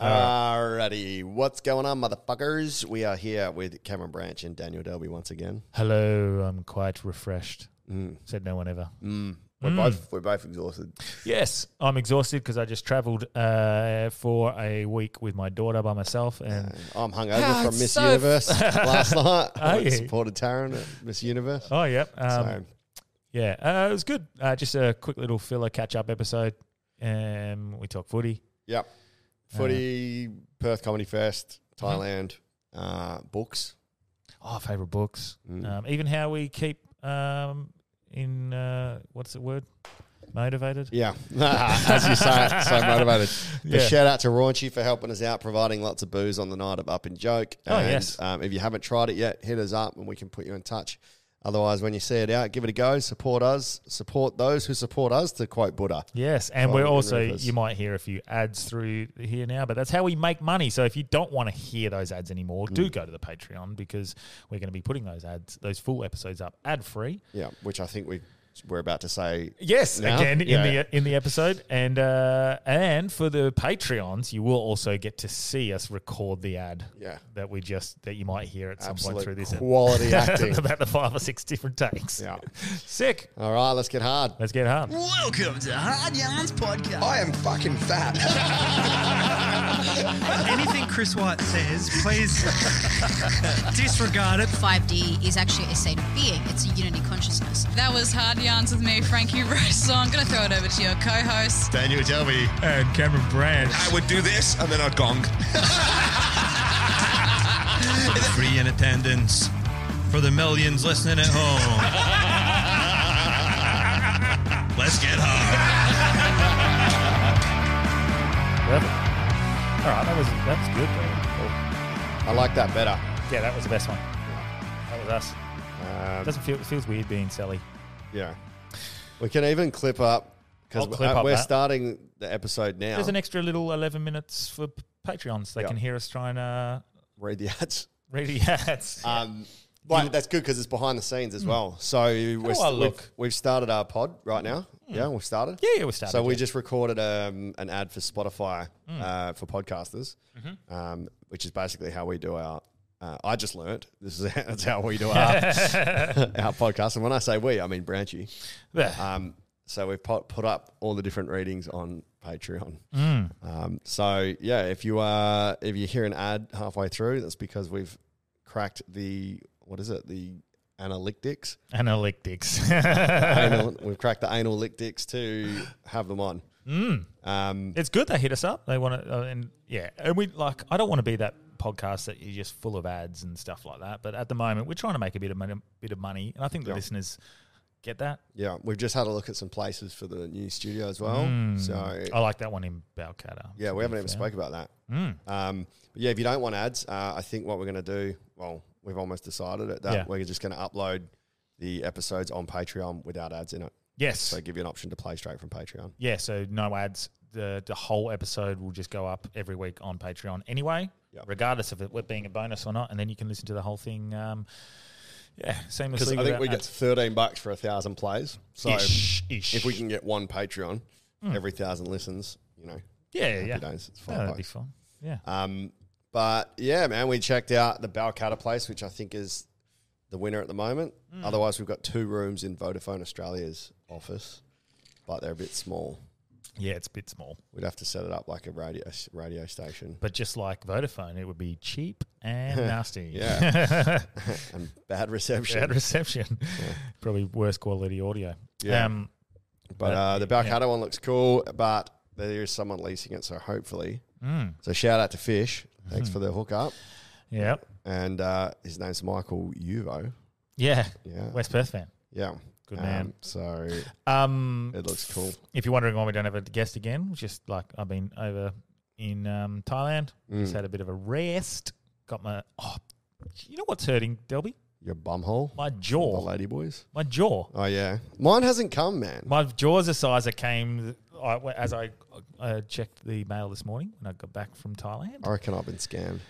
Alrighty, what's going on, motherfuckers? We are here with Cameron Branch and Daniel Delby once again. Hello, I'm quite refreshed. Said no one ever. Mm. Mm. We're both we're both exhausted. Yes, I'm exhausted because I just travelled uh, for a week with my daughter by myself, and Uh, I'm hungover Ah, from it's Miss so- Universe last night. Are I you? supported Taryn at Miss Universe. oh yeah, So, um, yeah, uh, it was good. Uh, just a quick little filler catch up episode. Um, we talk footy. yep. uh, Footy, Perth Comedy Fest, Mm-hmm. Thailand, uh, books. Oh, favorite books. Mm. Um, even how we keep um, in uh, what's the word? Motivated. Yeah, as you say, it, so motivated. But Yeah. shout out to Raunchy for helping us out, providing lots of booze on the night of Up and Joke. Oh, and, yes. Um, if you haven't tried it yet, hit us up and we can put you in touch. Otherwise, when you see it out, give it a go. Support us. Support those who support us, to quote Buddha. Yes, Oh, and we're yeah, also Rufus. you might hear a few ads through here now, but that's how we make money. So if you don't want to hear those ads anymore, Mm. do go to the Patreon because we're going to be putting those ads, those full episodes up ad free. Yeah, which I think we we're about to say. Yes, Now? again in Yeah. the in the episode, and uh, and for the Patreons, you will also get to see us record the ad Yeah, that we just that you might hear at some point through absolute this. quality acting. about the five or six different takes. Yeah. Sick. All right, let's get hard. Let's get hard. Welcome to Hard Yarns Podcast. I am fucking fat. Anything Chris White says, please disregard it. 5D is actually a state of being. It's a unity consciousness. That was Hard Yarns with me, Frankie Rose. So I'm going to throw it over to your co-host. Daniel, tell me. And Cameron Brand. I would do this and then I'd gong. Free in attendance for the millions listening at home. Let's get hard. Perfect. All right, that was that's good. Though. I like that better. Yeah, that was the best one. That was us. Um, Doesn't feel it feels weird being Sally. yeah, we can even clip up because I'll clip up we're that. starting the episode now. There's an extra little eleven minutes for p- Patreons. They Yeah. can hear us trying to Read the ads. read the ads. Um, but that's good because it's behind the scenes as well. So we're, Hmm. do I st- look? Hmm. We've, we've started our pod right now. Yeah, we've started. yeah, yeah, we started. So we yeah. Hmm. just recorded um, an ad for Spotify uh, for podcasters, Mm-hmm. um, which is basically how we do our. Uh, I just learnt this is that's how we do our our podcast. And when I say we, I mean Branchy. There. Um, so we've put, put up all the different readings on Patreon. Um, so yeah, if you are if you hear an ad halfway through, that's because we've cracked the what is it the analytics. analytics. anal, we've cracked the analytics to have them on. Um, it's good they hit us up. They want to, uh, and yeah, and we like. I don't want to be that podcast that you're just full of ads and stuff like that. But at the moment, we're trying to make a bit of money, bit of money, and I think the Yeah. listeners get that. yeah, we've just had a look at some places for the new studio as well. So I like that one in Balcatta. Yeah, we haven't even spoke about that. Mm. Um, but yeah, if you don't want ads, uh, I think what we're going to do, well, we've almost decided it, that Yeah. we're just going to upload the episodes on Patreon without ads in it. Yes. So give you an option to play straight from Patreon. yeah, so no ads. The the whole episode will just go up every week on Patreon anyway, Yep. regardless of it what being a bonus or not, and then you can listen to the whole thing. Um, yeah, seamlessly. Because I think without we get ads. 13 bucks for a thousand plays. So Ish, Hmm. ish. if we can get one Patreon, every thousand listens, you know, yeah, yeah, days, it's No, five that'd be bucks. fun. Yeah, Um, but yeah, man, we checked out the Balcata place, which I think is the winner at the moment. Hmm. Otherwise, we've got two rooms in Vodafone Australia's office, but they're a bit small. yeah, it's a bit small, We'd have to set it up like a radio radio station but just like Vodafone, it would be cheap and nasty. Yeah. and bad reception. bad reception, probably worse quality audio. Yeah. Um, but uh, the Balcata one looks cool, but there is someone leasing it, so hopefully. mm, So shout out to Fish. Hmm. Thanks for the hookup. yeah, And uh, his name's Michael Uvo. yeah, Yeah. West Perth fan. Yeah. Good man. So Um, it looks cool. if you're wondering why we don't have a guest again, just like I've been over in um, Thailand, Mm. just had a bit of a rest. Got my oh, you know what's hurting, Delby? Your bumhole. My The jaw, lady boys. my jaw, Oh yeah, mine hasn't come, man. my jaws size came I, as I uh, checked the mail this morning when I got back from Thailand. I reckon I've been scammed.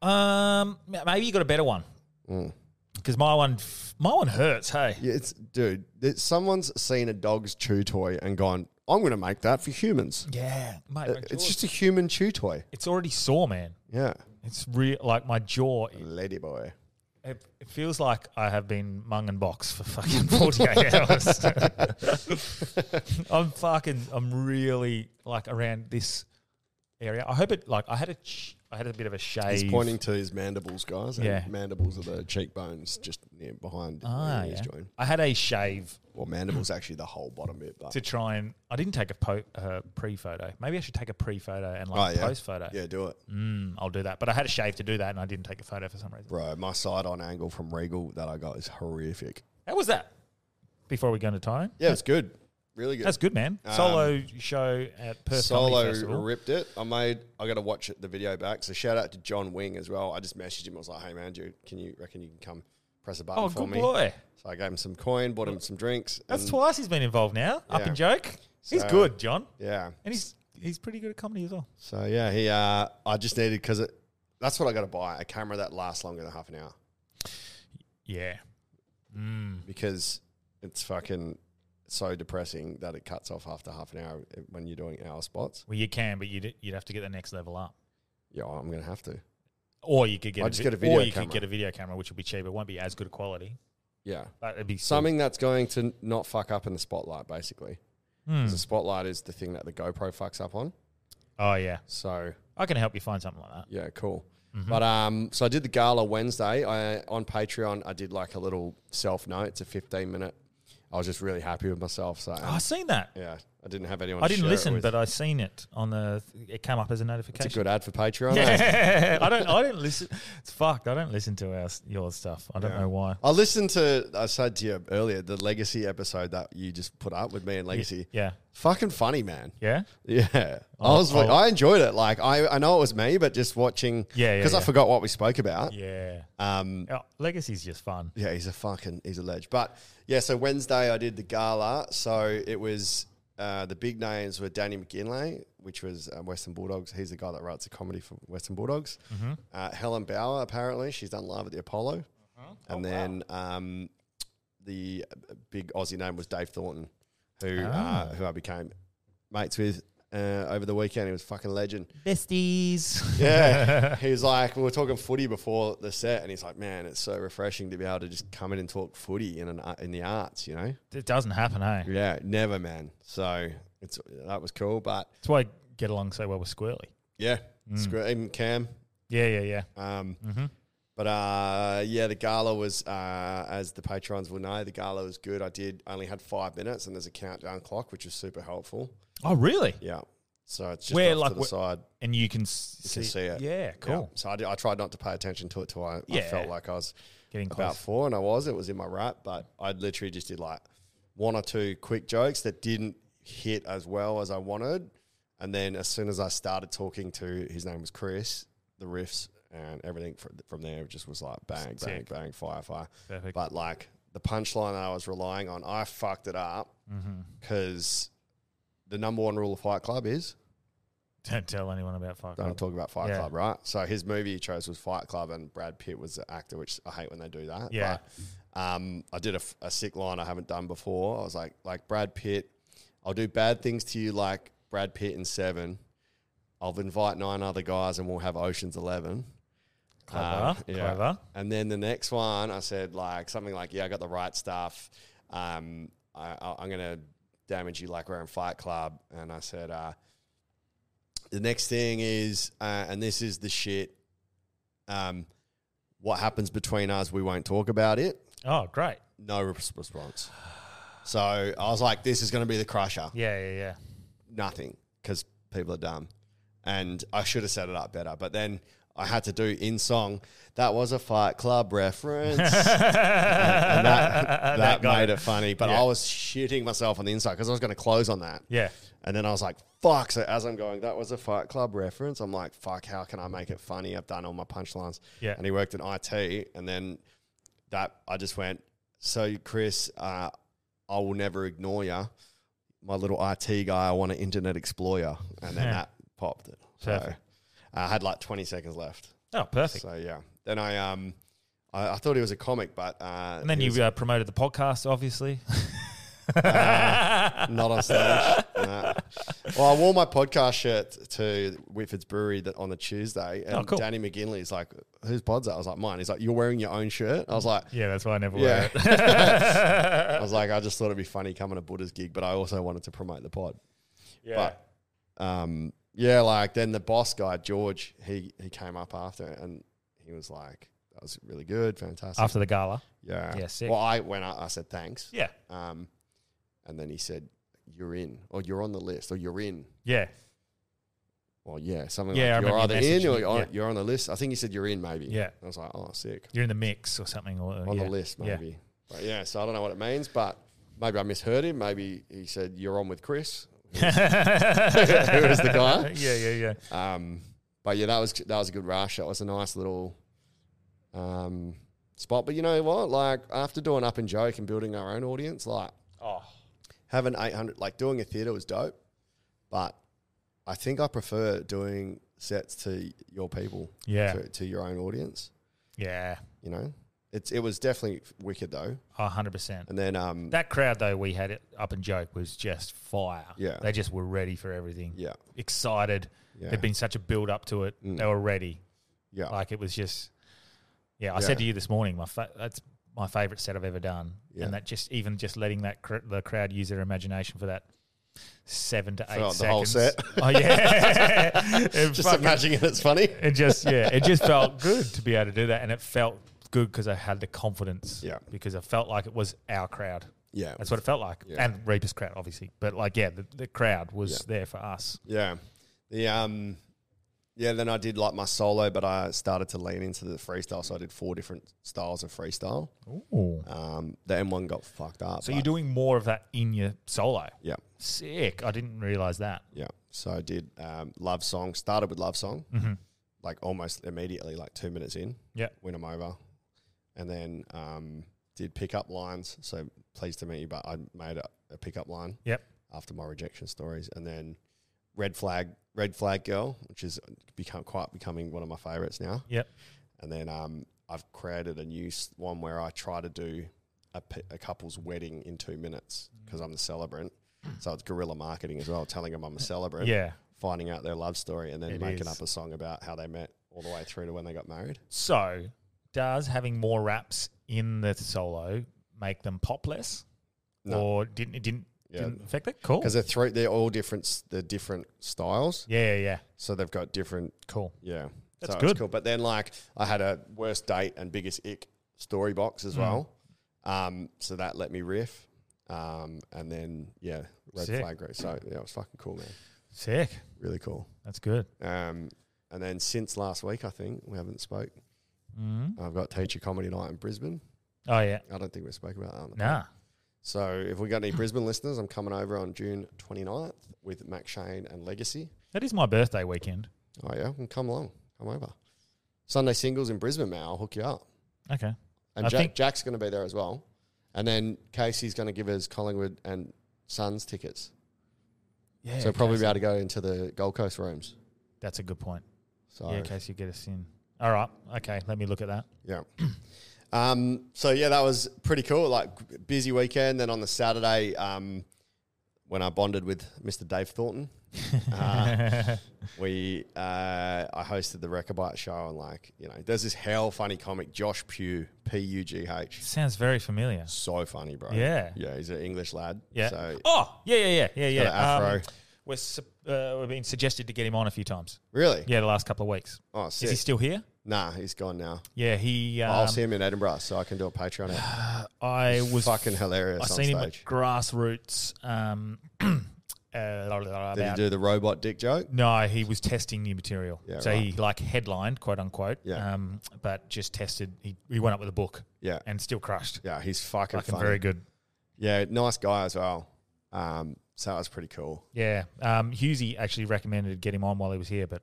Um, ma- maybe you got a better one Mm. because my one, f- my one hurts. Hey, Yeah, it's dude. It's, someone's seen a dog's chew toy and gone, I'm going to make that for humans. Yeah, mate. my Uh, It's jaw- just a human chew toy. it's already sore, man. Yeah. It's real. Like my jaw, it, Lady boy. it, it feels like I have been mung and box for fucking forty eight hours. I'm fucking. I'm really like around this area. I hope it. Like I had a. Ch- I had a bit of a shave. He's pointing to his mandibles, guys. And Yeah. Mandibles are the cheekbones just near behind Ah, the ears yeah. joint. I had a shave Well, mandibles actually the whole bottom bit. But to try and I didn't take a po- uh, pre photo. Maybe I should take a pre photo and like Oh, yeah. post photo. yeah, do it. Mm, I'll do that. But I had a shave to do that, and I didn't take a photo for some reason. Bro, my side on angle from Regal that I got is horrific. How was that? Before we go into time, Yeah, it's good. Really good. that's good, man. Solo show at Perth Comedy Um, Solo Festival. ripped it. I made. I got to watch it, the video back. So shout out to John Wing as well. I just messaged him. I was like, "Hey man, dude, can you reckon you can come press a button oh, for good me?" boy. So I gave him some coin, bought him some drinks. That's and- twice he's been involved now. Up Mm. Yeah. in joke, he's So- good, John, Yeah. and he's he's pretty good at comedy as well. So yeah, he. Uh, I just needed because it. That's what I got to buy a camera that lasts longer than half an hour Yeah, Mm. because it's fucking so depressing that it cuts off after half an hour eh, when you're doing hour spots. well, you can, but you'd you'd have to get the next level up, Yeah, I'm gonna have to. or you could get I'll a just vi- get a video or you camera. could get a video camera, which would be cheaper. It won't be as good a quality, Yeah. but it'd be still- Something that's going to not fuck up in the spotlight, basically. Because the spotlight is the thing that the GoPro fucks up on. Oh yeah, So I can help you find something like that. yeah, cool. But um, so I did the gala Wednesday. I on Patreon, I did like a little self note. It's a fifteen minute. I was just really happy with myself. So Oh, I've seen that. yeah, I didn't have anyone. to I didn't share it listen, with. but I seen it on the. It came up as it's a a notification. good ad for Patreon. eh? yeah, I don't. I don't listen. It's fucked. I don't listen to our your stuff. I don't know why. I listened to. I said to you earlier the legacy episode that you just put up with me and legacy. Yeah. Fucking funny, man. Yeah. Yeah, I I'll- was. I'll- I enjoyed it. Like I, I know it was me, but just watching. Yeah, yeah, because I yeah. forgot what we spoke about. Yeah. Um, Oh, Legacy's just fun. yeah, he's a fucking he's a ledge. But yeah, so Wednesday I did the gala. So it was uh, the big names were Danny McGinley, which was uh, Western Bulldogs. He's the guy that writes the comedy for Western Bulldogs. Uh, Helen Bauer, apparently, she's done live at the Apollo. And then um, the uh, big Aussie name was Dave Thornton, who uh, who I became mates with uh, over the weekend. He was a fucking legend. Besties. Yeah. he was like, we were talking footy before the set, and he's like, man, it's so refreshing to be able to just come in and talk footy in an uh, in the arts, you know? It doesn't happen, eh? Yeah, never, man. So it's that was cool, but That's why I get along so well with Squirrely. yeah, Mm. screw even Cam. Yeah, yeah, yeah. Um, Mm-hmm. But uh, yeah, the gala was, uh, as the patrons will know, the gala was good. I did I only had five minutes, and there's a countdown clock, which was super helpful. Oh, really? Yeah, so it's just Where, off like, to the where- side. And you can s- You see, can see it. Yeah, cool. Yeah. So I, did, I tried not to pay attention to it till I, I Yeah. felt like I was Getting about close. four, and I was. It was in my right, but I literally just did like one or two quick jokes that didn't hit as well as I wanted. And then as soon as I started talking to his name was Chris, the riffs and everything fr- from there just was like bang, bang, Sick. bang, fire, fire. Perfect. But like the punchline that I was relying on, I fucked it up because the number one rule of Fight Club is Don't tell anyone about Fight don't Club. talk about Fight Yeah. Club, right? So his movie he chose was Fight Club, and Brad Pitt was the actor, which I hate when they do that. Yeah. But, um, I did a, f- a sick line I haven't done before. I was like, like Brad Pitt, I'll do bad things to you like Brad Pitt in Seven. I'll invite nine other guys, and we'll have Ocean's Eleven. Clever, clever. Um, And then the next one, I said like something like, "Yeah, I got the right stuff. Um, I, I, I'm gonna damage you like we're in Fight Club." And I said, uh, "The next thing is, uh, and this is the shit. Um, what happens between us, we won't talk about it. Oh, great. No re- response." So I was like, "This is gonna be the crusher." Yeah, yeah, yeah. nothing because people are dumb. And I should have set it up better. But then I had to do in song, that was a Fight Club reference. and that, that got made it. it funny. But Yeah. I was shitting myself on the inside because I was going to close on that. Yeah. And then I was like, fuck. So as I'm going, that was a Fight Club reference. I'm like, fuck, how can I make it funny? I've done all my punchlines. Yeah. And he worked in IT. And then that, I just went, so Chris, uh, I will never ignore you. My little IT guy, I want an internet explorer. And then Yeah. that popped it. So Perfect. I had like 20 seconds left. Oh, perfect. So yeah. Then I, um, I, I thought he was a comic, but uh, and then he was you uh, promoted the podcast, obviously. not on stage. Nah. Well, I wore my podcast shirt to Whitford's Brewery that on the Tuesday, and Oh, cool. Danny McGinley's like, "Whose pod's that?" I was like, "Mine." He's like, "You're wearing your own shirt." I was like, Yeah, that's why I never "Yeah." wear it. I was like, "I just thought it'd be funny coming to Buddha's gig, but I also wanted to promote the pod." Yeah. But um, yeah, like then the boss guy George, he he came up after and he was like, "That was really good, fantastic." After the gala. yeah, Yeah, sick. Well, I went up, I said thanks. Yeah. Um, and then he said, "You're in," or "You're on the list," or "You're in." Yeah. Well, yeah, something Yeah, I like you're remember either you in messaged or me, you're on, yeah. you're on the list. I think he said you're in, maybe. Yeah. I was like, oh, sick. You're in the mix or something. Or, On yeah. the list, Yeah. maybe. But yeah, so I don't know what it means, but maybe I misheard him. Maybe he said you're on with Chris. Who is the guy? Yeah, yeah, yeah. Um, but yeah, that was that was a good rush. That was a nice little um, spot. But you know what? Like after doing up and joke and building our own audience, like Oh. having 800 like doing a theater was dope but i think i prefer doing sets to your people Yeah. to, to your own audience Yeah. you know it's it was definitely wicked though A hundred percent. and then um That crowd though we had it up and joke was just fire. Yeah. They just were ready for everything. yeah Excited. Yeah. Mm. There'd been such a build up to it. They were ready. yeah Like it was just, yeah. I said Yeah. to you this morning, my fa- that's my favorite set I've ever done, Yeah. and that just even just letting that cr- the crowd use their imagination for that seven to eight Throughout seconds. the whole set. Oh yeah, It just fucking- imagining it's funny It just yeah, it just felt good to be able to do that, and it felt good because I had the confidence. Yeah. because I felt like it was our crowd. yeah That's what it felt like, Yeah. and Reaper's crowd, obviously. But like, yeah, the, the crowd was there for us. yeah the um yeah then i did like my solo but i started to lean into the freestyle so i did four different styles of freestyle Ooh. um the m1 got fucked up So but- you're doing more of that in your solo. yeah Sick. I didn't realize that. Yeah. So I did um, Love Song, started with Love Song, Mm-hmm. like almost immediately, like two minutes in, Yeah. win them over. And then um, did pickup lines. So pleased to meet you, but I made a, a pickup line Yep. after my rejection stories. And then Red Flag, Red Flag Girl, which is become quite becoming one of my favorites now. Yep. And then um, I've created a new s- one where I try to do a, p- a couple's wedding in two minutes Mm. because I'm the celebrant. So it's guerrilla marketing as well, telling them I'm a celebrant, Yeah. finding out their love story, and then It making is. up a song about how they met all the way through to when they got married. So, does having more raps in the solo make them pop less, No. or didn't it didn't Yeah. didn't affect it? Cool. Because they're three, they're all different. s- They're different styles, Yeah, yeah, yeah. so they've got different. Cool. Yeah, That's so good. It's cool. But then, like, I had a worst date and biggest ick story box Mm. as well. Um, so that let me riff. Um, and then yeah, red Sick. flag. Great. So yeah, it was fucking cool, man. Sick. Really cool. That's good. Um, and then since last week, I think we haven't spoke. Mm. I've got teacher comedy night in Brisbane. Oh yeah. I don't think we spoke about that. on the Nah. So if we got any Brisbane listeners, I'm coming over on June 29th with Mac Shane and Legacy. That is my birthday weekend. Oh yeah, and come along, come over. Sunday singles in Brisbane, man. I'll hook you up. Okay. And I Jack, think- Jack's going to be there as well. And then Casey's going to give us Collingwood and Suns tickets. Yeah. so probably Casey. be able to go into the Gold Coast rooms. that's a good point. So Yeah, in case you get us in. All right. Okay. Let me look at that. Yeah. Um, so yeah, that was pretty cool. Like busy weekend. Then on the Saturday, um, when I bonded with Mr. Dave Thornton, uh, we uh, I hosted the Wreckabite show and like you know, there's this hell funny comic Josh Pugh P U G H. Sounds very familiar. So funny, bro. Yeah. yeah. He's an English lad. Yeah. So oh yeah, yeah, yeah, yeah, yeah. got an Um, afro. we're su- uh, we've been suggested to get him on a few times. really, Yeah, the last couple of weeks. Oh, Is sick. he still here? nah, he's gone now. Yeah, he. Um, I'll see him in Edinburgh, so I can do a Patreon. It I was fucking hilarious. I on seen him at stage. grassroots. Um, uh, about, Did he do the robot dick joke? no, he was testing new material. Yeah, so right. he like headlined, quote unquote. Yeah. Um, but just tested. He, he went up with a book. Yeah. And still crushed. Yeah, he's fucking, Fucking funny. very good. Yeah, nice guy as well. Um, so that was pretty cool. Yeah. Um, Husey actually recommended get him on while he was here, but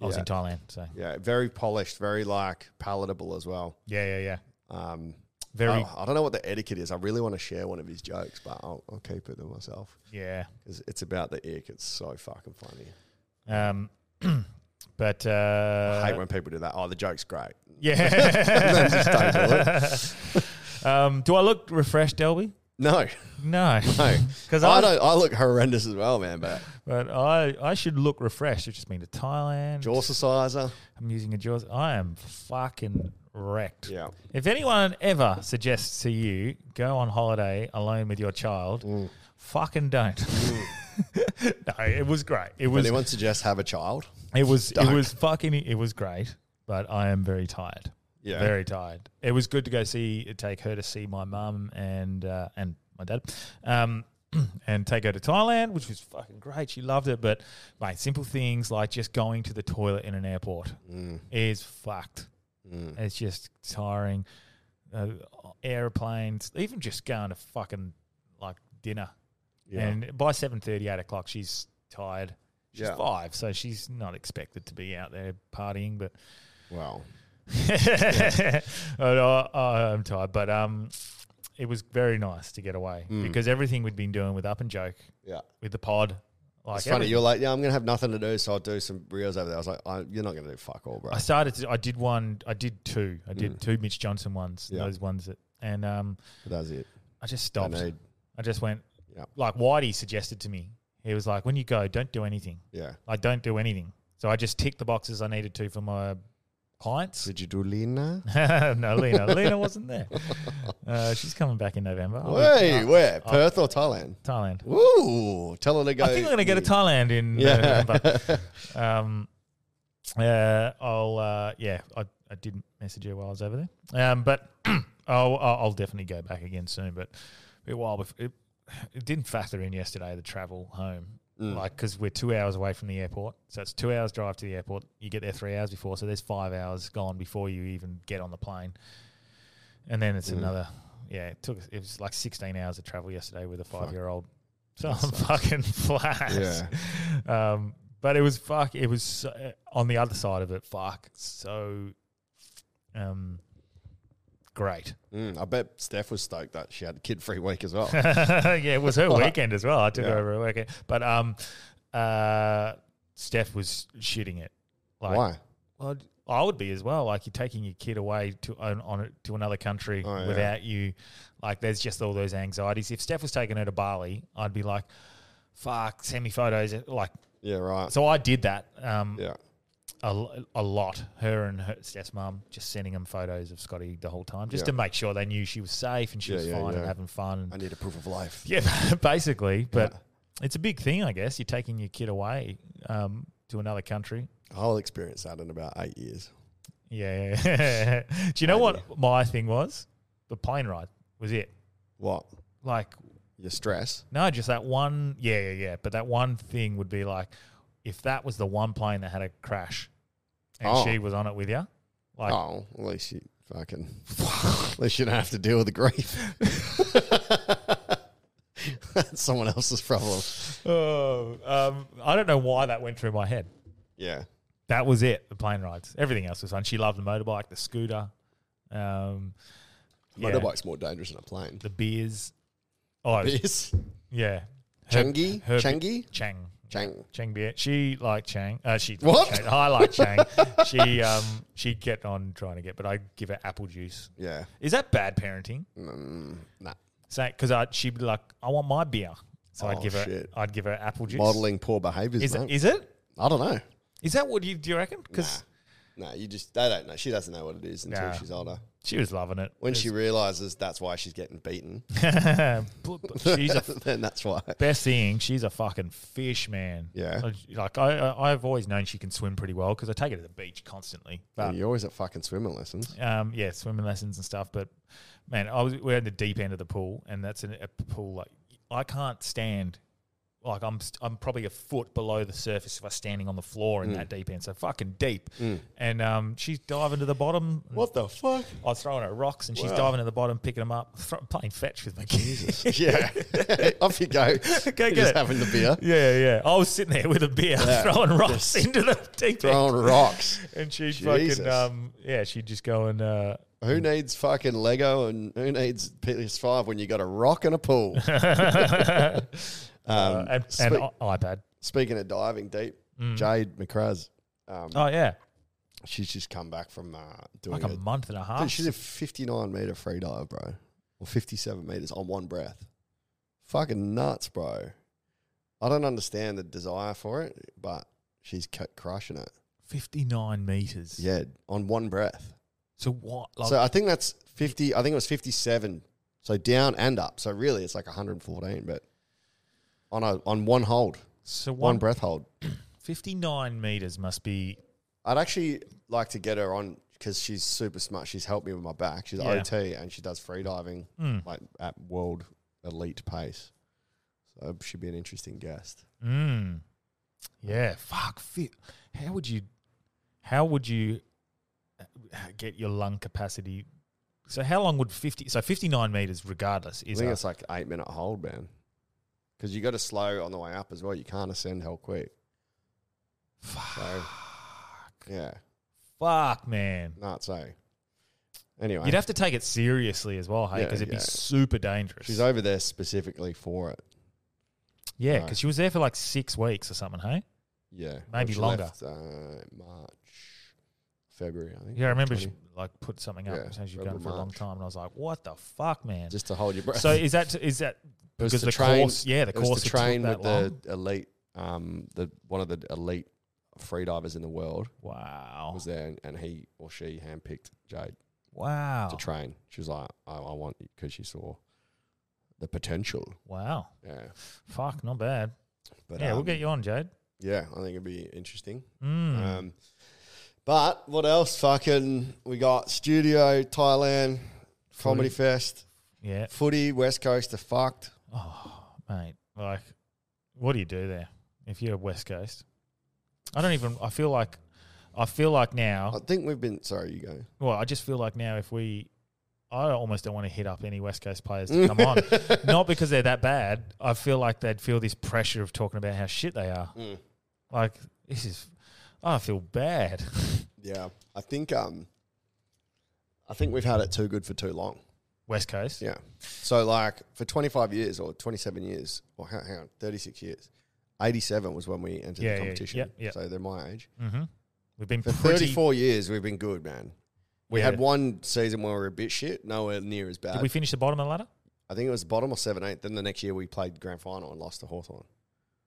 I was Yeah. in Thailand. So Yeah, very polished, very like palatable as well. yeah, yeah, yeah. Um, Very. I, I don't know what the etiquette is. I really want to share one of his jokes, but I'll, I'll keep it to myself Yeah. because it's about the ick. It's so fucking funny. Um, but I uh, hate when people do that. Oh, the joke's great. yeah. Just don't do it. um, do I look refreshed, Delby? No, No, no. because I I, don't. I look horrendous as well, man. But but I I should look refreshed. I've just been to Thailand. Jorcesizer. I'm using a jaws. I am fucking wrecked. Yeah. If anyone ever suggests to you go on holiday alone with your child, Mm. fucking don't. no, it was great. It was Anyone suggest have a child? it was it Don't. was fucking it was great, but I am very tired. Yeah. Very tired. It was good to go see take her to see my mum and uh, and my dad. Um and take her to Thailand, which was fucking great. She loved it, but mate, simple things like just going to the toilet in an airport is fucked. It's just tiring. Uh, airplanes, even just going to fucking like dinner, and by seven thirty, eight o'clock, she's tired. She's Yeah. five, so she's not expected to be out there partying. But Well, But uh, I, I'm tired. But um, it was very nice to get away Mm. because everything we'd been doing with Up and Joke, yeah. with the pod, like It's funny. everything. You're like, yeah, I'm gonna have nothing to do, so I'll do some reels over there. I was like, I, you're not gonna do fuck all, bro. I started. To, I did one. I did two. I did two Mitch Johnson ones. Mm. Yeah. Those ones that, and um, But that's it. I just stopped. I, need- just went. Yeah. Like Whitey suggested to me, he was like, "When you go, don't do anything." Yeah. I don't do anything. So I just ticked the boxes I needed to for my clients. Did you do Lena? no, Lena. Lena wasn't there. Uh, she's coming back in November. I'll be- Hey, uh, where? Perth or Thailand? Thailand. Ooh, tell her to go. I think I'm going to go to Thailand in Yeah. uh, November. Um, uh, I'll, uh, yeah, I, I didn't message her while I was over there. Um, but I'll, I'll I'll definitely go back again soon. But a while before, it, it didn't factor in yesterday, the travel home. Like Like, because we're two hours away from the airport. So it's two hours drive to the airport. You get there three hours before. So there's five hours gone before you even get on the plane. And then it's another, yeah, it took, it was like 16 hours of travel yesterday with a five year old. So I'm fucking flat. Um, but it was fuck. It was so, on the other side of it. Fuck. So, um, great. Mm, I bet Steph was stoked that she had a kid free week as well. yeah, it was her weekend as well. I took Yeah. her over her weekend, but um, uh, Steph was shitting it. Like, Why? Well, I'd- I would be as well. Like you're taking your kid away to on, on to another country Oh, yeah. without you. Like there's just all those anxieties. If Steph was taking her to Bali, I'd be like, "Fuck, send me photos." Like Yeah, right. so, I did that. Um, yeah. a, a lot. Her and her, Steph's mum just sending them photos of Scotty the whole time, just to make sure they knew she was safe and she Yeah, was yeah, fine yeah. and having fun. I need a proof of life. yeah, basically. But it's a big thing, I guess. You're taking your kid away um, to another country. I'll experience that in about eight years. Yeah. Do you know what my thing was? The plane ride was it. What? Like, Your stress? no, just that one. Yeah, yeah, yeah. But that one thing would be like, if that was the one plane that had a crash, and Oh. she was on it with you, like. oh, at least you fucking. at least you don't have to deal with the grief. That's someone else's problem. Oh, um, I don't know why that went through my head. Yeah. That was it. The plane rides. Everything else was fun. She loved the motorbike, the scooter, um, yeah, Motorbike's more dangerous than a plane. the beers. Oh Yes. yeah, Her- Changi? her- Changi? Chang, Chang. Chang beer. She liked Chang. Uh, she liked What? Chang. I like Chang. she um she kept on trying to get, but I give her apple juice. Yeah. Mm, Is that bad parenting? Nah. Because I she'd be like, I want my beer, so I'd Oh, give her shit. I'd give her apple juice. Modeling poor behaviors, Is it, mate. is it? I don't know. Is that what you do you reckon? Because No, you just they don't know. She doesn't know what it is until Nah. she's older. she was loving it. When she realizes that's why she's getting beaten, she's a then that's why. best thing. She's a fucking fish, man. Yeah. Like I, I I've always known she can swim pretty well because I take her to the beach constantly. But You're always at fucking swimming lessons. um, yeah, swimming lessons and stuff. But man, I was we're at the deep end of the pool, and that's an, a pool like I can't stand. Like I'm, st- I'm probably a foot below the surface if I'm standing on the floor Mm. in that deep end. So fucking deep, and um, she's diving to the bottom. What the fuck? I was throwing her rocks, and she's diving to the bottom, picking them up, thro- playing fetch with my kids. Yeah. Off you go. Go get just it. having the beer. Yeah, yeah. I was sitting there with a beer, throwing rocks into the deep Throwing end. rocks. And she'd Jesus. fucking, um, yeah, she'd just go and, uh, Who needs fucking Lego and who needs PS5 when you got a rock and a pool? Um, uh, and, and speak- i- Mm. iPad. Speaking of diving deep, Jade McCraz, um, Oh, yeah. she's just come back from uh, doing Like a month and a a, half. she's a 59 meter free dive, bro, or 57 meters on one breath. fucking nuts, bro. I don't understand the desire for it, but she's kept crushing it. 59 meters. Yeah, on one breath. So what? Like, So I think that's 50. I think it was 57. So down and up. So really, it's like 114, but on a on one hold, so one, one, breath hold. 59 meters must be. I'd actually like to get her on because she's super smart. She's helped me with my back. She's Yeah. Hmm. OT and she does free diving like at world elite pace. So she'd be an interesting guest. Mm, yeah. Fuck. Fit. How would you? How would you uh, get your lung capacity? So how long would 50? So 59 meters, regardless, I is think a- it's like eight minute hold, man. Because you got to slow on the way up as well. You can't ascend hell quick. So, yeah, fuck, man. not so. Anyway, You'd have to take it seriously as well, hey, Yeah, because it'd yeah. be super dangerous. she's over there specifically for it. yeah, right. because she was there for like six weeks or something, hey? Yeah, Maybe She longer. left, uh, March, February, I think. Yeah, I remember 20. she like put something up Yeah, and saying she's February, going for a long March. time, and I was like, "What the fuck, man!" just to hold your breath. so is that is that It was because to the train- course? Yeah, the it was course to it took train that with long? the elite, um, the one of the elite freedivers in the world Wow, was there, and, and he or she handpicked Jade. wow, to train. She was like, I, I want because she saw the potential. wow! Yeah. Fuck, not bad. But, yeah, we'll um, get you on, Jade. Yeah, I think it'd be interesting. Mm. Um, but what else? Fucking, we got studio, Thailand, Comedy Fest, yeah, footy, West Coast are fucked. mate. Like, what do you do there if you're West Coast? I don't even. I feel like, I feel like now. I think we've been, sorry, you go. Well, I just feel like now if we, I almost don't want to hit up any West Coast players to come on, not because they're that bad. I feel like they'd feel this pressure of talking about how shit they are. Like this is, I feel bad. Yeah. I think, um, I think we've had it too good for too long. West Coast, Yeah. So like for 25 years or 27 years or hang hang on, 36 years, 87 was when we entered the Yeah, yeah, competition. yeah, yeah. So they're my age. Mm-hmm. we've been For pretty. 34 years, we've been good, man. We Yeah. had one season where we were a bit shit, nowhere near as bad. Did we finish the bottom of the ladder? I think it was bottom or 7 8. Then the next year we played grand final and lost to Hawthorn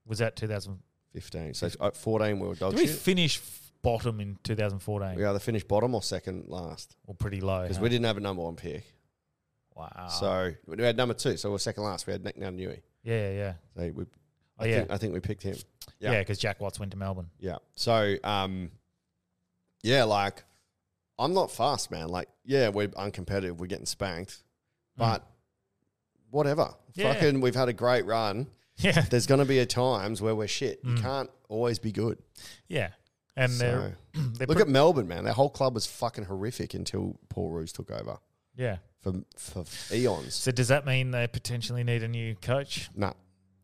Was that 2000? 15. So at 14, we were dog Did we shit. finish f- bottom in 2014? we either finished bottom or second last Or pretty low? because huh? we didn't have a number one pick. Wow. So we had number two. So we were second last. We had Nick Now Nui. yeah, yeah, yeah. So we, Oh, I, yeah. think, I think we picked him. Yeah. Yeah, because Jack Watts went to Melbourne. Yeah. So, um, yeah, like I'm not fast, man. Like, yeah, we're uncompetitive. We're getting spanked, but whatever. Hmm. Yeah. Fucking, we've had a great run. Yeah, There's going to be a times where we're shit. Hmm. You can't always be good. yeah. And they're, they're Look pre- at Melbourne, man. Their whole club was fucking horrific until Paul Roos took over yeah. for for eons. So does that mean they potentially need a new coach? Nah,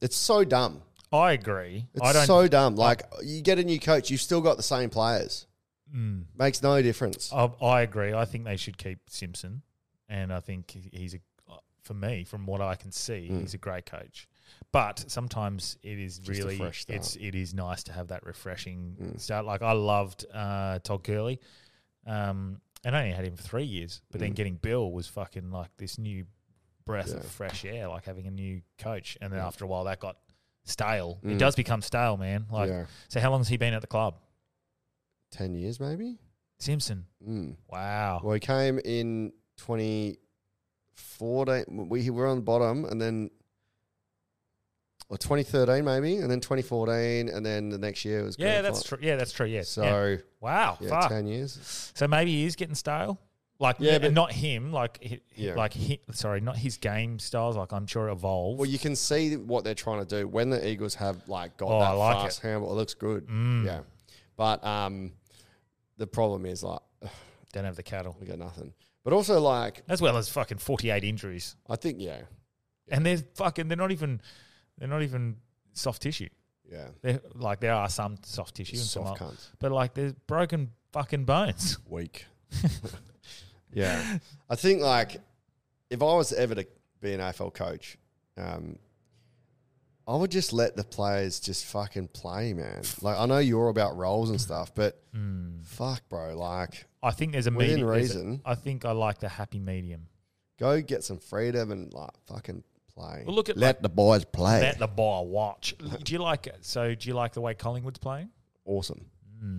it's so dumb. I agree. I don't. It's so dumb. Like, you get a new coach, you've still got the same players. Hmm. Makes no difference. I, I agree. I think they should keep Simpson, and I think he- he's a. For me, from what I can see, Hmm. he's a great coach. But sometimes it is a really fresh start. Hmm. it's it is nice to have that refreshing start. Like I loved uh, Todd Gurley, um, and I only had him for three years. But Hmm. then getting Bill was fucking like this new breath of fresh air, like having a new coach. And then Hmm. after a while, that got stale. It does become stale, man. Like, Yeah. so how long has he been at the club? 10 years, maybe? Hmm. Simpson. Wow. Well, he came in 2014. We were on the bottom, and then, or 2013 maybe, and then 2014, and then the next year was. Yeah, grand that's final. true. Yeah, that's true. Yeah. yeah. So wow, yeah, fuck. 10 years. So maybe he is getting stale. Like, Yeah, yeah, but- not him. Like, hi- Yeah. like hi sorry, not his game styles. Like, I'm sure evolve. Well, you can see what they're trying to do when the Eagles have like got Oh, I that like Mm. fast handball. It looks good. Yeah, but um, the problem is like ugh, don't have the cattle, we got nothing. But also like as well as fucking 48 injuries, I think yeah, and they're fucking. They're not even. They're not even soft tissue. yeah, They're, like there are some soft tissue and some Soft aren't. cunts. but like there's broken fucking bones. weak. yeah. I think like if I was ever to be an AFL coach, um, I would just let the players just fucking play, man. Like I know you're about roles and stuff, but Mm. fuck, bro. Like I think there's a Within medium. there's a- reason. I think I like the happy medium. go get some freedom and like fucking play. Well, look at let the boys play. Let the bar watch. Do you like it? So, do you like the way Collingwood's playing? awesome.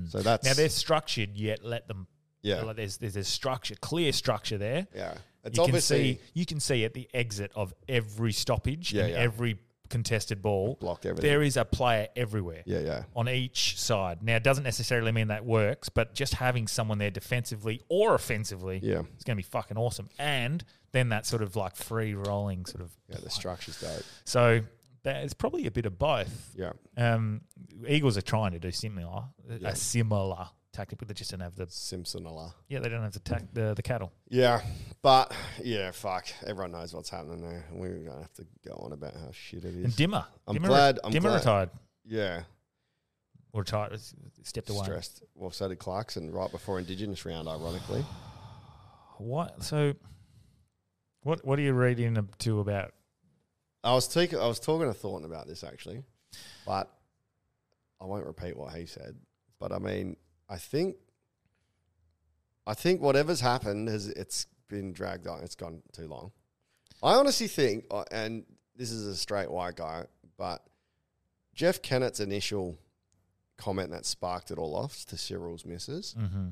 So that's Now they're structured, yet let them. Yeah. like there's there's a structure, clear structure there. yeah. It's you can obviously see you can see at the exit of every stoppage Yeah, and yeah. every contested ball. Blocked everything. There is a player everywhere. yeah, yeah, On each side. Now, it doesn't necessarily mean that works, but just having someone there defensively or offensively, Yeah. it's going to be fucking awesome. And then that sort of like free rolling sort of. yeah. The structure's dope. So that is probably a bit of both. Yeah, Um, Eagles are trying to do similar, a similar tactic, but they just don't have the Simpson a la. yeah, they don't have the tac the, the cattle. Yeah, but yeah, fuck. Everyone knows what's happening there. We don't have to go on about how shit it And is. Dimmer, I'm Dimmer, glad- I'm Dimmer glad. retired. yeah, or retired, stepped away. stressed. Well, so did Clarkson right before Indigenous round, ironically. What? So, what? What are you reading ab- to about? I was take, I was talking to Thornton about this actually, but I won't repeat what he said. But I mean, I think, I think whatever's happened has it's been dragged on. It's gone too long. I honestly think, uh, and this is a straight white guy, but Jeff Kennett's initial comment that sparked it all off to Cyril's misses. Mm-hmm.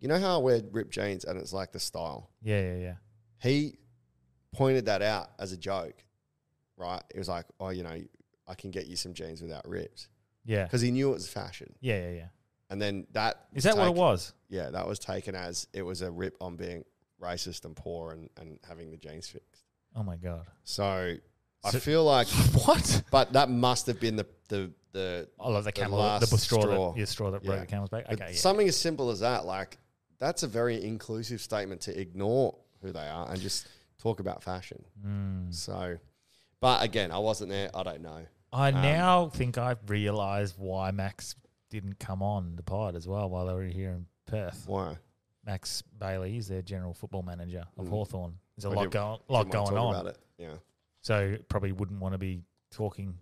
You know how I wear ripped jeans and it's like the style Yeah, yeah, yeah. he pointed that out as a joke, right? It was like, oh, you know, I can get you some jeans without rips Yeah, because he knew it was fashion. yeah, yeah, yeah. And then that Is that what it taken- was? Yeah, that was taken as it was a rip on being racist and poor and, and having the jeans fixed. Oh my god! So, I So- feel like, What? but that must have been the the the I love the The camel, the, last straw, straw. that yeah, straw that broke Yeah. the camel's back. but Okay, yeah. something as simple as that. Like that's a very inclusive statement to ignore who they are and just talk about fashion. Mm. So, but again, I wasn't there. I don't know. I now think I realised why Max didn't come on the pod as well while they were here in Perth. Why? Max Bailey is their general football manager of Hawthorn. There's a We lot, Mm. didn't- go- lot Didn't wanna going talk on. About it. Yeah. so probably wouldn't want to be talking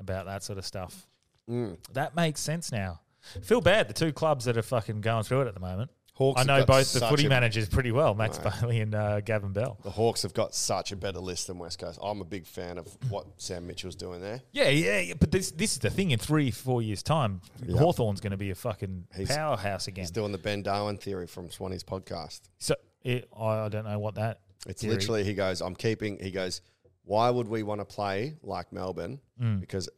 about that sort of stuff. Mm. That makes sense now. Feel bad the two clubs that are fucking going through it at the moment. Hawks I have know got both the such footy a- managers pretty well, Max Bailey and uh, Gavin Bell. The Hawks have got such a better list than West Coast. I'm a big fan of what Sam Mitchell's doing there. Yeah, yeah, yeah. But this this is the thing. In three, four years' time, Hawthorn's going to be a fucking He's- powerhouse again. He's doing the Ben Darwin theory from Swanee's podcast. so it, I I don't know what that. It's theory- literally he goes, I'm keeping. He goes, why would we want to play like Melbourne? Mm. Because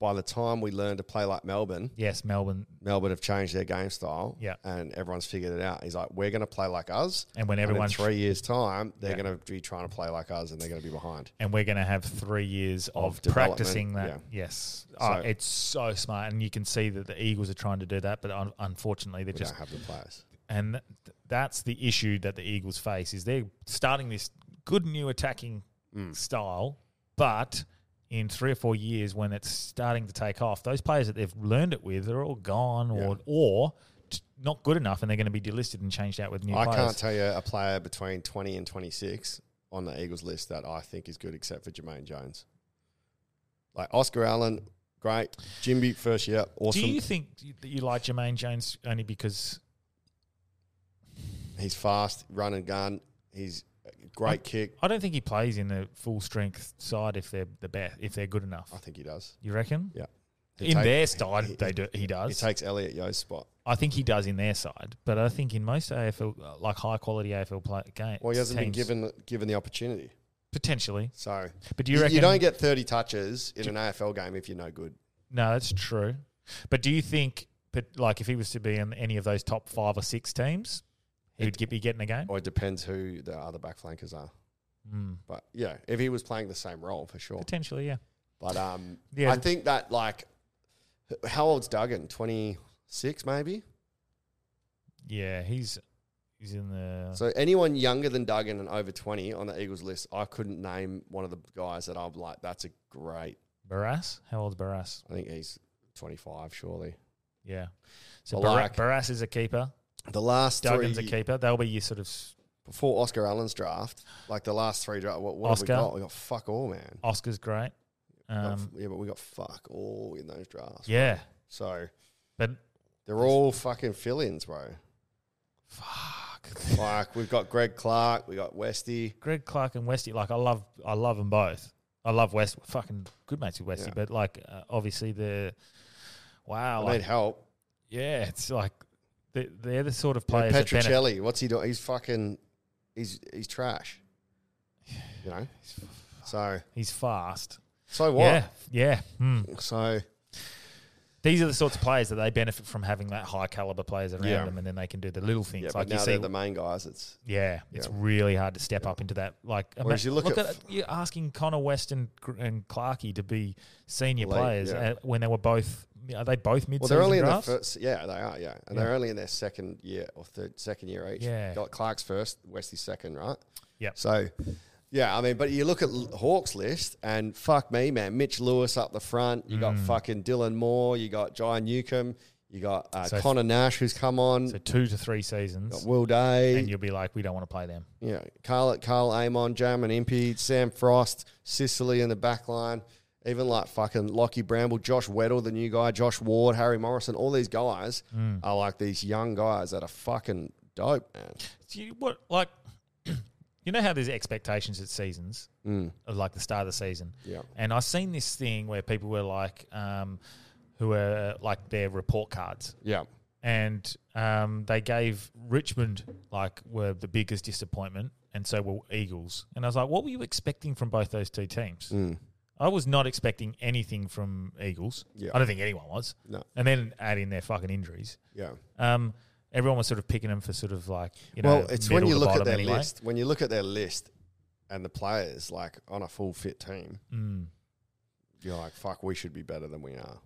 by the time we learn to play like Melbourne, yes, Melbourne. Melbourne have changed their game style, Yeah. and everyone's figured it out. He's like, we're going to play like us, And when in everyone- three years time, they're Yeah. going to be trying to play like us, and they're going to be behind. and we're going to have three years of, development, practicing that. yeah. Yes, Oh, So- it's so smart, and you can see that the Eagles are trying to do that, but un- unfortunately, they're We just don't have the players. and th- that's the issue that the Eagles face is they're starting this good new attacking Mm. style, but in three or four years when it's starting to take off, those players that they've learned it with are all gone or or t- not good enough, and they're going to be delisted and changed out with new I players. can't tell you a player between 20 and 26 on the Eagles list that I think is good except for Jermaine Jones. Like Oscar Allen, great. Jimby, first year, awesome. Do you think that you like Jermaine Jones only because He's fast, run and gun. He's a great kick. I don't think he plays in the full strength side if they're the best if they're good enough. I think he does. You reckon? Yeah. in take- their side, he- they do. He He does. takes Elliot Yo's spot. I think he does in their side, but I think in most AFL, like high quality AFL play, games, Well, he hasn't been teams, given given the opportunity. potentially. So, But do you reckon? you don't get 30 touches in an AFL game if you're no good. No, that's true. But do you think? But like, if he was to be in any of those top five or six teams, he would get, be getting a game. Or it Oh, depends who the other back flankers are. Mm, But yeah, if he was playing the same role, for sure. potentially, yeah. But um, Yeah. I think that like, h- how old's Duggan? Twenty six, maybe. Yeah, he's he's in the. So anyone younger than Duggan and over twenty on the Eagles list, I couldn't name one of the guys that I'm like, that's a great. Barras, how old's Barras? I think he's twenty five, surely. Yeah, so I Barra- like- Barras is a keeper. The last Duggan's a three keeper. That'll be your sort of s- before Oscar Allen's draft, like the last three draft. What, what have we Oscar. got? We got fuck all, man. Oscar's great. We got f- Um, yeah, but we got fuck all in those drafts. yeah, So but they're all fucking fill-ins, bro. fuck, Like we've got Greg Clark, we got Westy. Greg Clark and Westy, like I love, I love them both. I love West, fucking good mates with Westy, Yeah. but like uh, obviously the wow, I like, need help. yeah, it's like they, they're the sort of Like players. that benefit- Petricelli, what's he doing? He's fucking, he's he's trash. You know. So He's fast. so what? Yeah, yeah. Hmm. So These are the sorts of players that they benefit from having that high caliber players around Yeah. them, and then they can do the little things yeah, but like you now see. they're the main guys. It's yeah, it's Yeah. really hard to step up into that. Like, Whereas ima- you look at f- you're asking Connor West and, Gr- and Clarkey to be senior Late, players yeah. uh, when they were both. Are they both mid? well, they're only in their drafts? first. Yeah, they are. Yeah, and Yeah. they're only in their second year or third second year each. Yeah. Got Clark's first, Westy's second, right? Yep. So, yeah, I mean, but you look at L- Hawks list and fuck me, man. Mitch Lewis up the front. You Mm. got fucking Dylan Moore. You got Jai Newcomb. You got uh, So- Connor Nash, who's come on. So two to three seasons, got Will Day. and you'll be like, we don't want to play them. Yeah, Carl, Carl Amon, Jamin Impey, Sam Frost, Sicily in the back line, even like fucking Lockie Bramble, Josh Weddle, the new guy, Josh Ward, Harry Morrison. All these guys are like these young guys that are fucking dope, man. Do you, what like, you know how there's expectations at seasons, of, like the start of the season. Mm. Yeah. And I've seen this thing where people were like, um, who were like their report cards, Yeah, and um, they gave Richmond like were the biggest disappointment, and so were Eagles. And I was like, what were you expecting from both those two teams? Mm. I was not expecting anything from Eagles. Yeah. I don't think anyone was. No. And then add in their fucking injuries. yeah. Um, everyone was sort of picking them for sort of like you know. well, it's when middle you to look at bottom their anyway. list, when you look at their list and the players like on a full fit team, Mm. you're like, fuck, we should be better than we are.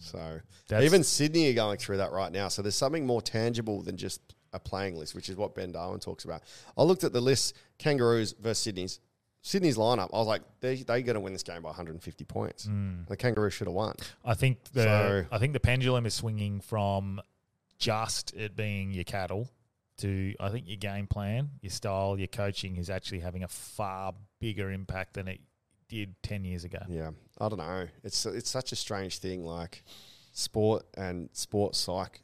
So Mm. That's- even Sydney are going through that right now. So there's something more tangible than just a playing list, which is what Ben Darwin talks about. I looked at the list: Kangaroos versus Sydney's. Sydney's lineup. I was like, they they going to win this game by 150 points. Mm. The Kangaroos should have won. I think the So- I think the pendulum is swinging from just it being your cattle to I think your game plan, your style, your coaching is actually having a far bigger impact than it did ten years ago. Yeah, I don't know. It's it's such a strange thing. Like sport and sports psych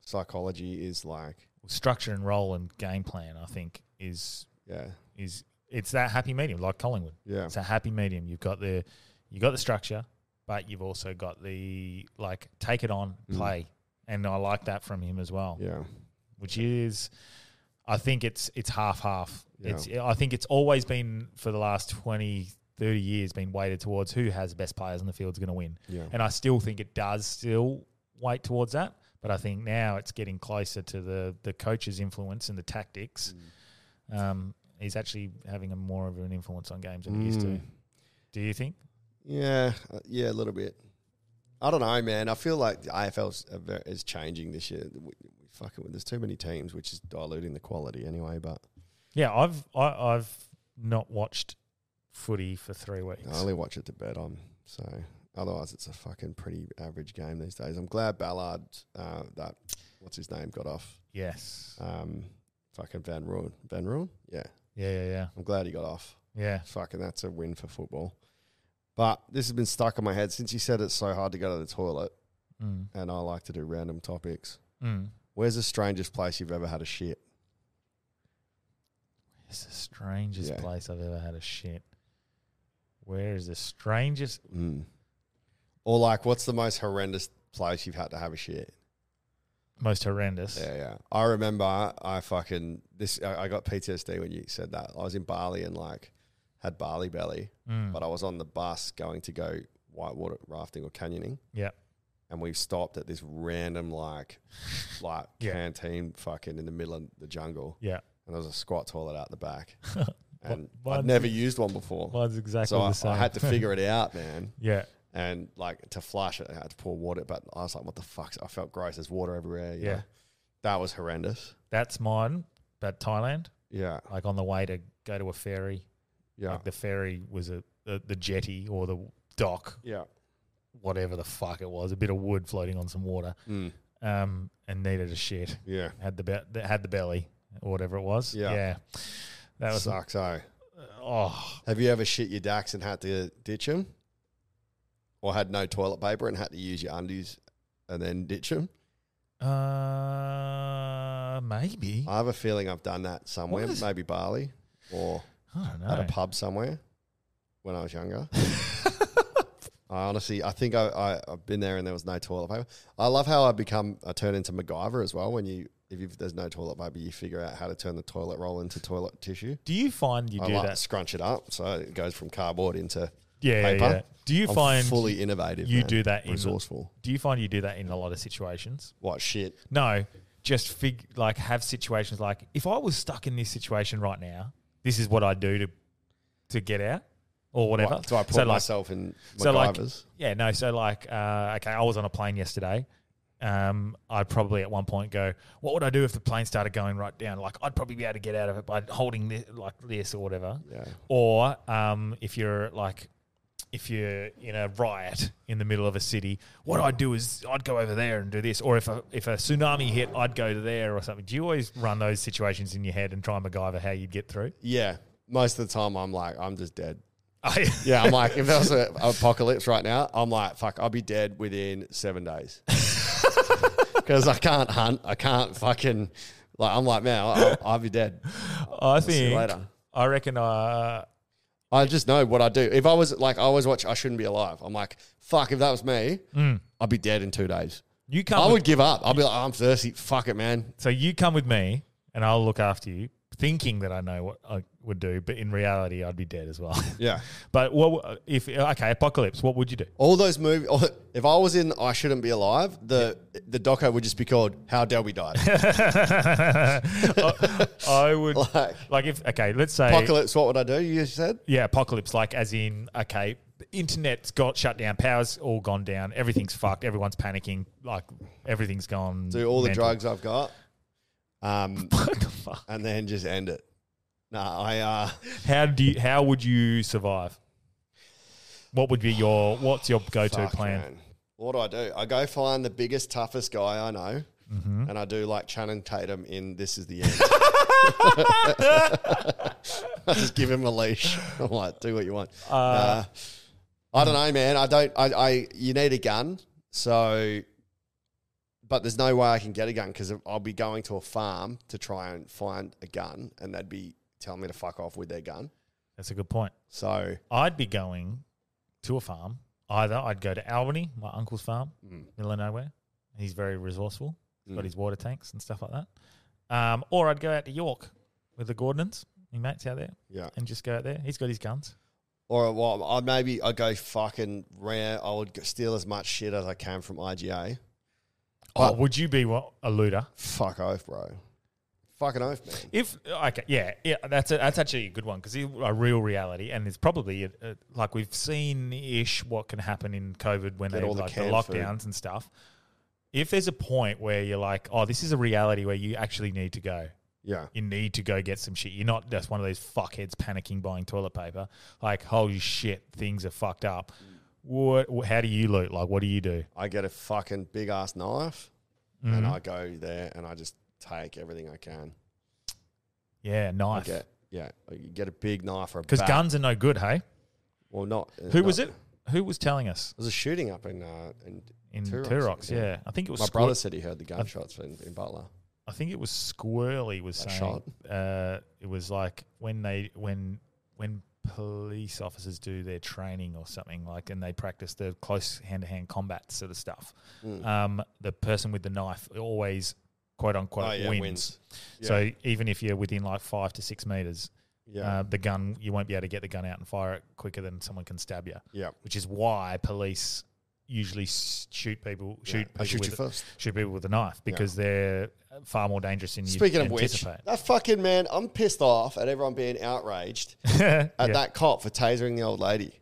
psychology is like Structure and role and game plan, I think, is yeah is it's that happy medium, like Collingwood. yeah It's a happy medium. You've got the you got the structure, but you've also got the like take it on, Mm. play. And I like that from him as well. yeah which is I think it's it's half half. Yeah. It's I think it's always been for the last 20 30 years been weighted towards who has the best players in the field is going to win. Yeah. And I still think it does still weight towards that, but I think now it's getting closer to the the coach's influence and the tactics. Mm. Um he's actually having a more of an influence on games than he used to. Do you think? Mm. yeah uh, yeah a little bit. I don't know, man. I feel like the AFL is changing this year. We, we fucking there's too many teams, which is diluting the quality anyway. But Yeah, I've I, I've not watched footy for 3 weeks. I only watch it to bet on. So otherwise, it's a fucking pretty average game these days. I'm glad Ballard, uh, that what's his name, got off. Yes. Um, fucking Van Ruin. Van Ruin, yeah. Yeah, yeah, yeah. I'm glad he got off. Yeah. Fucking that's a win for football. But this has been stuck in my head since you said it's so hard to go to the toilet, Mm. and I like to do random topics. Mm. Where's the strangest place you've ever had a shit? It's the strangest Yeah. place I've ever had a shit. Where is the strangest? Mm. Or like, what's the most horrendous place you've had to have a shit? Most horrendous. Yeah, yeah. I remember I fucking this. I, I got PTSD when you said that. I was in Bali and like had barley belly, Mm. but I was on the bus going to go whitewater rafting or canyoning. Yeah. and we stopped at this random like like Yeah. canteen fucking in the middle of the jungle Yeah. and there was a squat toilet out the back and mine's- I'd never used one before Mine's exactly so the I, same. I had to figure it out man yeah. and like to flush it I had to pour water but I was like what the fuck I felt gross there's water everywhere you Yeah. know? that was horrendous That's mine. But Thailand, yeah like on the way to go to a ferry, yeah like the ferry was a the, the jetty or the dock, yeah whatever the fuck it was, a bit of wood floating on some water, Mm. um, and needed a shit. yeah Had the be- had the belly or whatever it was. Yeah. That was sucks oh oh have you ever shit your dacks and had to ditch them or had no toilet paper and had to use your undies and then ditch them uh, maybe. I have a feeling I've done that somewhere, What is- maybe Bali or I don't at a know. pub somewhere when I was younger. I honestly, I think I, I, I've been there and there was no toilet paper. I love how I become, I turn into MacGyver as well. When you, if you've, there's no toilet paper, you figure out how to turn the toilet roll into toilet tissue. Do you find you I do like that? scrunch it up so it goes from cardboard into Yeah, yeah, paper. yeah. Do you I'm find fully innovative? you man. do that in- resourceful? Do you find you do that in a lot of situations? What shit? No, just fig like have situations like if I was stuck in this situation right now, this is what I do to to get out or whatever. What, do I put So, like- myself in MacGyver's? so like yeah no so like uh, okay I was on a plane yesterday. Um, I'd probably at one point go, what would I do if the plane started going right down? Like I'd probably be able to get out of it by holding this like this or whatever. yeah. Or um, if you're like, if you're in a riot in the middle of a city, what I'd do is I'd go over there and do this. Or if a, if a tsunami hit, I'd go to there or something. Do you always run those situations in your head and try and MacGyver how you'd get through? Yeah. Most of the time, I'm like, I'm just dead. I, Yeah, I'm like, if there was an apocalypse right now, I'm like, fuck, I'll be dead within seven days. Because I can't hunt. I can't fucking, like, I'm like, man, I'll, I'll be dead. I see you think. later. I reckon. Uh, I just know what I do. If I was, like, I always watch I Shouldn't Be Alive. I'm like, fuck, if that was me, I'd be dead in two days. you come. I with- would give up. I'd be like, oh, I'm thirsty. Fuck it, man. so you come with me, and I'll look after you, thinking that I know what I would do, but in reality, I'd be dead as well. Yeah. But what if okay apocalypse? What would you do? All those movies, if I was in I Shouldn't Be Alive, the, the doco would just be called How Delby Died. I, I would like, Like- if okay, let's say apocalypse, what would I do? You said? yeah, apocalypse. Like as in okay, internet's got shut down, power's all gone down, everything's fucked, everyone's panicking, like everything's gone. do all the mental. drugs I've got, um, What the fuck? and then just end it. Nah, I uh, How do you, how would you survive? What would be your what's your go to fuck, plan? man. What do I do? I go find the biggest, toughest guy I know, and I do like Channing Tatum in "This Is the End." I just give him a leash. I'm like, do what you want. Uh, I don't know, man. I don't. I, I you need a gun, so. But there's no way I can get a gun because I'll be going to a farm to try and find a gun, and they'd be telling me to fuck off with their gun. That's a good point. So I'd be going to a farm. Either I'd go to Albany, my uncle's farm, Hmm. middle of nowhere. He's very resourceful. He's got his water tanks and stuff like that. Um, or I'd go out to York with the Gordons, my mates out there, yeah, and just go out there. He's got his guns. or well, I maybe I go fucking rare. I would g- steal as much shit as I can from IGA. Oh, But- would you be what, a looter? Fuck oath, bro. Fucking oath, man. If okay, yeah, yeah, that's a, that's actually a good one because a real reality, and it's probably a, a, like we've seen ish what can happen in COVID when Get they all the like the canned food. lockdowns and stuff. If there's a point where you're like, oh, this is a reality where you actually need to go, Yeah, you need to go get some shit. You're not just one of those fuckheads panicking buying toilet paper. Like, holy shit, things are fucked up. Mm. What? wh- How do you loot? Like, what do you do? I get a fucking big ass knife, Mm-hmm. and I go there and I just take everything I can. Yeah, I knife. get yeah, you get a big knife or a Because bat. guns are no good, hey. Well, not uh, Who was not- it? Who was telling us There was a shooting up in uh, in, in Turox, Turox? Yeah. I think it was My Squid- Uh, brother said he heard the gunshots in, in Butler. I think it was Squirrely was That saying uh, it was like when they when when police officers do their training or something like and they practice the close hand to hand combat sort of stuff. Hmm. Um, the person with the knife always quote unquote Oh, yeah, wins. wins. So even if you're within like five to six meters, Yeah. uh, the gun you won't be able to get the gun out and fire it quicker than someone can stab you. Yeah. Which is why police usually s- shoot people shoot I people shoot with you a- first. shoot people with a knife because they're far more dangerous than you Speaking of which, anticipate. that fucking man, I'm pissed off at everyone being outraged Yeah. at that cop for tasering the old lady.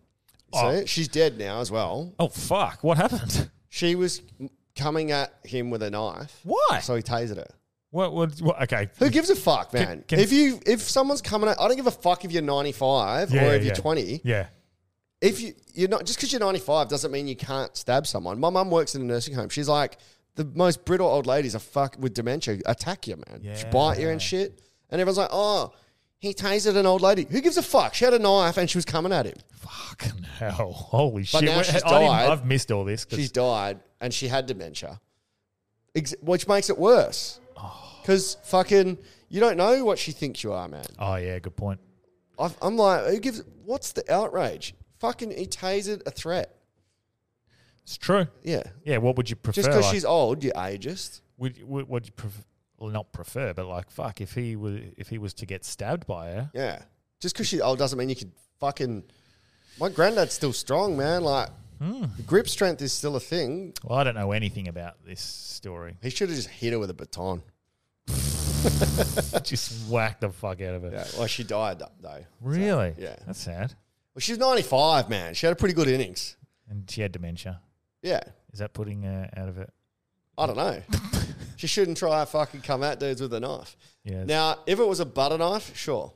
Oh. So she's dead now as well. Oh fuck! What happened? She was m- coming at him with a knife. Why? So he tasered her. What? What? what okay. Who gives a fuck, man? can- if you if someone's coming at, I don't give a fuck if you're 95 Yeah, or if yeah. you're 20. Yeah. If you you're not just because you're 95 doesn't mean you can't stab someone. My mum works in a nursing home. She's like the most brittle old ladies are fuck with dementia attack you, man. She bite you and shit. And everyone's like, oh, he tasered an old lady. Who gives a fuck? She had a knife and she was coming at him. Fucking hell! Holy But shit! now Wait, she's I didn't- died. I've missed all this. 'cause- She's died and she had dementia, Ex- which makes it worse. Because fucking, you don't know what she thinks you are, man. Oh yeah, good point. I've, I'm like, who gives? What's the outrage? Fucking, he tasered a threat. It's true. Yeah, Yeah, what would you prefer? just because like, she's old, you ageist. would, would would you pref- well, not prefer, but like fuck, if he was if he was to get stabbed by her, Yeah, just because she's old doesn't mean you can fucking. My granddad's still strong, man. Like, grip strength is still a thing. well, I don't know anything about this story. He should have just hit her with a baton. Just whack the fuck out of her. Yeah, well, she died th- though. Really? yeah. That's sad. Well, she's 95, man. She had a pretty good innings. And she had dementia. Yeah, Is that putting uh, out of it? I don't know. she shouldn't try to fucking come at dudes with a knife. Yeah. it's- Now, if it was a butter knife, sure.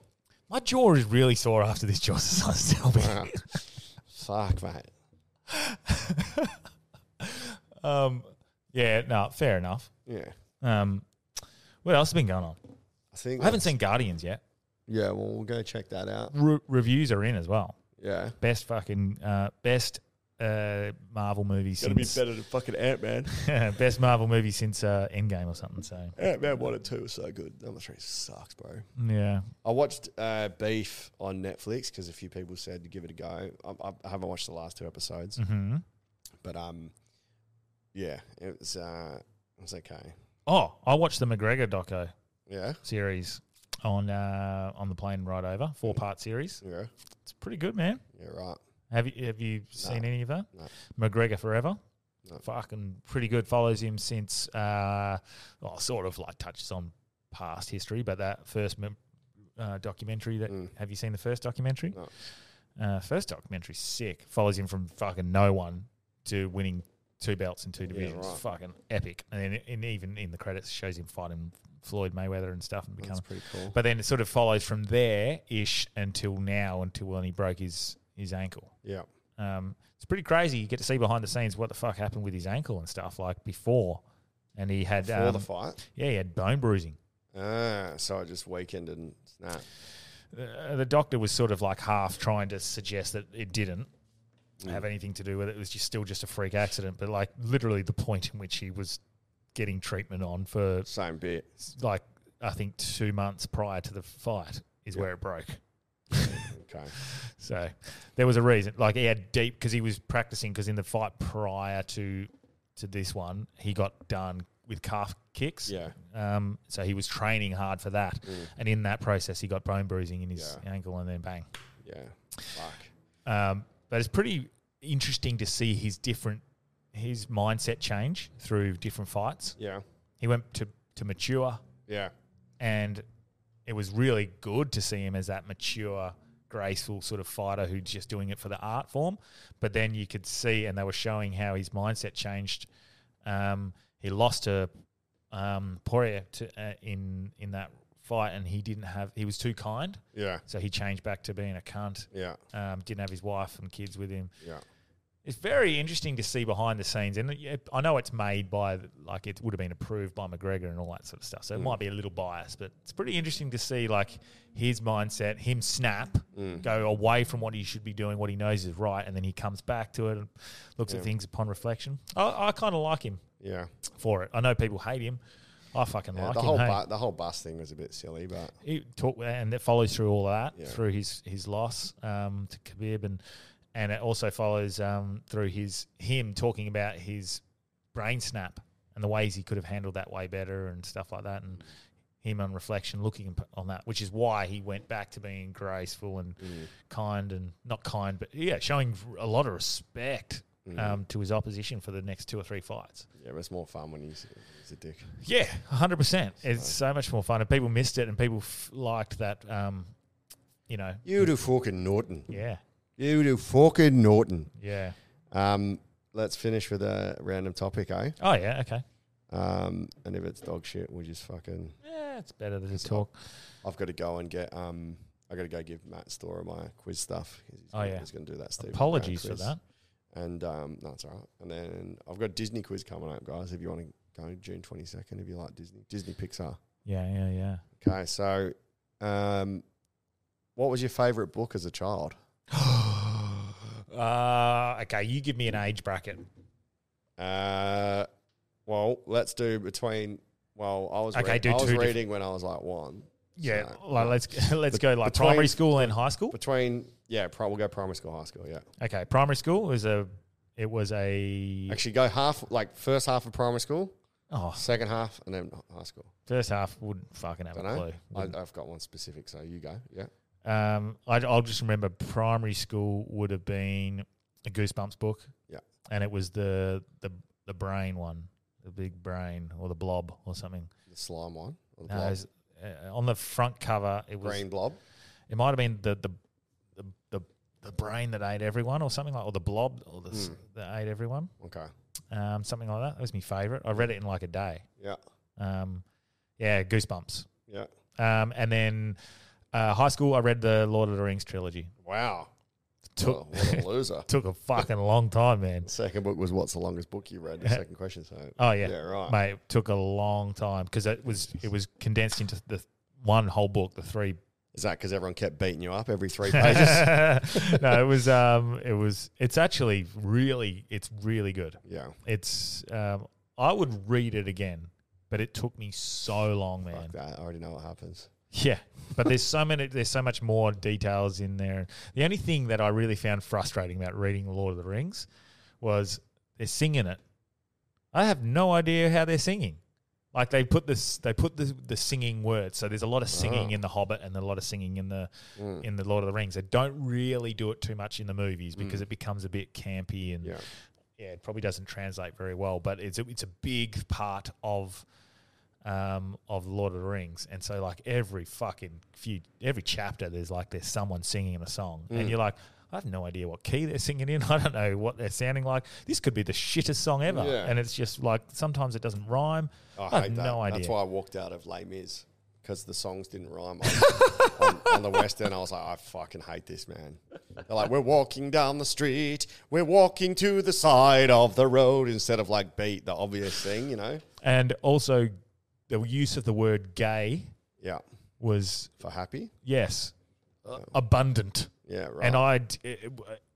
my jaw is really sore after this jaw exercise. Tell me. Fuck, mate. Um, yeah, no, fair enough. Yeah, Um, what else has been going on? I think I haven't that's- seen Guardians yet. Yeah, well, we'll go check that out. Re- reviews are in as well. Yeah, Best fucking uh, best uh, Marvel movie since than fucking Ant Man. best Marvel movie since uh, Endgame or something. So Ant Man one and two was so good. Number three sucks, bro. yeah, I watched uh, Beef on Netflix because a few people said to give it a go. I, I- I haven't watched the last two episodes, hmm but um, yeah, it was uh, it was okay. Oh, I watched the McGregor doco Yeah, series on uh, on the plane right over four part series. yeah, It's pretty good, man. yeah, right. Have you have you seen any of that? no. McGregor forever. No. Fucking pretty good. Follows him since, uh, well, sort of like touches on past history, but that first mem- uh, documentary that Mm. have you seen the first documentary? No. Uh, first documentary, sick. Follows him from fucking no one to winning two belts in two divisions. right. Fucking epic. And then and even in the credits shows him fighting Floyd Mayweather and stuff and That's becoming. pretty cool. But then it sort of follows from there ish until now, until when he broke his his ankle. Yeah, Um, it's pretty crazy. You get to see behind the scenes what the fuck happened with his ankle and stuff like before. And he had, for the um, fight. yeah, he had bone bruising. Ah, so I just weakened and snap. Uh, the doctor was sort of like half trying to suggest that it didn't have anything to do with it. It was just still just a freak accident. But like literally the point in which he was getting treatment on for Same bit. like I think two months prior to the fight is where it broke. Okay. So there was a reason. Like he had deep because he was practicing. Because in the fight prior to to this one, he got done with calf kicks. Yeah. Mm. Um. So he was training hard for that, and in that process, he got bone bruising in his Yeah. ankle, and then bang. Yeah. Fuck. Um. But it's pretty interesting to see his different his mindset change through different fights. Yeah. He went to to mature Yeah. and it was really good to see him as that mature, graceful sort of fighter who's just doing it for the art form. But then you could see, and they were showing how his mindset changed. Um, he lost to um, Poirier to, uh, in in that fight, and he didn't have. He was too kind, Yeah. so he changed back to being a cunt. Yeah. Um, didn't have his wife and kids with him. Yeah. It's very interesting to see behind the scenes, and it- I know it's made by like it would have been approved by McGregor and all that sort of stuff. So Mm. it might be a little biased, but it's pretty interesting to see like his mindset, him snap, Mm. go away from what he should be doing, what he knows is right, and then he comes back to it and looks at things upon reflection. I, I kind of like him Yeah. for it. I know people hate him. I fucking Yeah, like the him. whole hey. bu- the whole bus thing was a bit silly, but He talk and that follows through all that Yeah. through his his loss um, to Khabib and and it also follows um, through his him talking about his brain snap and the ways he could have handled that way better and stuff like that and him on reflection looking p- on that which is why he went back to being graceful and kind and not kind but yeah showing a lot of respect um, to his opposition for the next two or three fights yeah, it was more fun when he's, he's a dick. yeah, hundred percent. It's so much more fun, and people missed it, and people f- liked that. Um, you know, You do fucking Norton. yeah, You do fucking Norton. yeah. Um, let's finish with a random topic, eh? Oh yeah, okay. Um, and if it's dog shit, we just fucking. Yeah, it's better than to talk. I've got to go and get. Um, I got to go give Matt Storer my quiz stuff. He's Oh, gonna, yeah. he's going to do that. Stephen Brown Apologies for quiz. that. And um, no, it's all right. And then I've got a Disney quiz coming up, guys. If you want to go June twenty second, if you like Disney, Disney Pixar. Yeah, yeah, yeah. Okay, so, um, what was your favorite book as a child? Uh, okay, you give me an age bracket. Uh, well, let's do between Well, I was Okay, read- do I was two diff- reading when I was like one. Yeah, So, like let's let's go like between- primary school and high school. between yeah, pro, we'll go primary school, high school. Yeah, Okay, primary school was a it was a actually go half like first half of primary school, oh second half, and then high school. first half wouldn't fucking have Don't a clue. know. I, I've got one specific, so you go. Yeah. Um, I, I'll just remember primary school would have been a Goosebumps book. Yeah. and it was the the the brain one, the big brain or the blob or something. The slime one. Or the No, it blob. was, uh, on the front cover, it was Green blob. it might have been the the the, the the brain that ate everyone, or something like, or the blob, or the Hmm. s that ate everyone, Okay. um, something like that. That was my favorite. I read it in like a day. Yeah. Um, yeah, goosebumps. Yeah. Um, and then uh, high school, I read the Lord of the Rings trilogy. Wow. Took Well, what a loser. took Oh, a fucking long time, man. Second book was what's the longest book you read? The second question. So Oh yeah, Yeah, right. Mate, it took a long time because it was it was condensed into the one whole book, the three. is that because everyone kept beating you up every three pages? no, it was um, it was it's actually really it's really good. yeah. It's um, I would read it again, but it took me so long, man. Fuck that. I already know what happens. Yeah, but there's so many. There's so much more details in there. The only thing that I really found frustrating about reading The Lord of the Rings was they're singing it. I have no idea how they're singing. Like they put this, they put the the singing words. So there's a lot of singing in The Hobbit and a lot of singing in the in the Lord of the Rings. They don't really do it too much in the movies because it becomes a bit campy and Yeah. yeah, it probably doesn't translate very well, but it's a, it's a big part of um of Lord of the Rings, and so like every fucking few every chapter, there's like there's someone singing a song, Mm. and you're like. I have no idea what key they're singing in. I don't know what they're sounding like. This could be the shittest song ever, Yeah. and it's just like sometimes it doesn't rhyme. I, I, hate have that. no idea. That's why I walked out of Les Mis because the songs didn't rhyme on, on, on the West End. I was like, I fucking hate this, man. They're like, we're walking down the street, we're walking to the side of the road instead of like beat the obvious thing, you know? and also, the use of the word "gay" Yeah, was for happy. yes, abundant, Yeah, Uh, right. and I, it,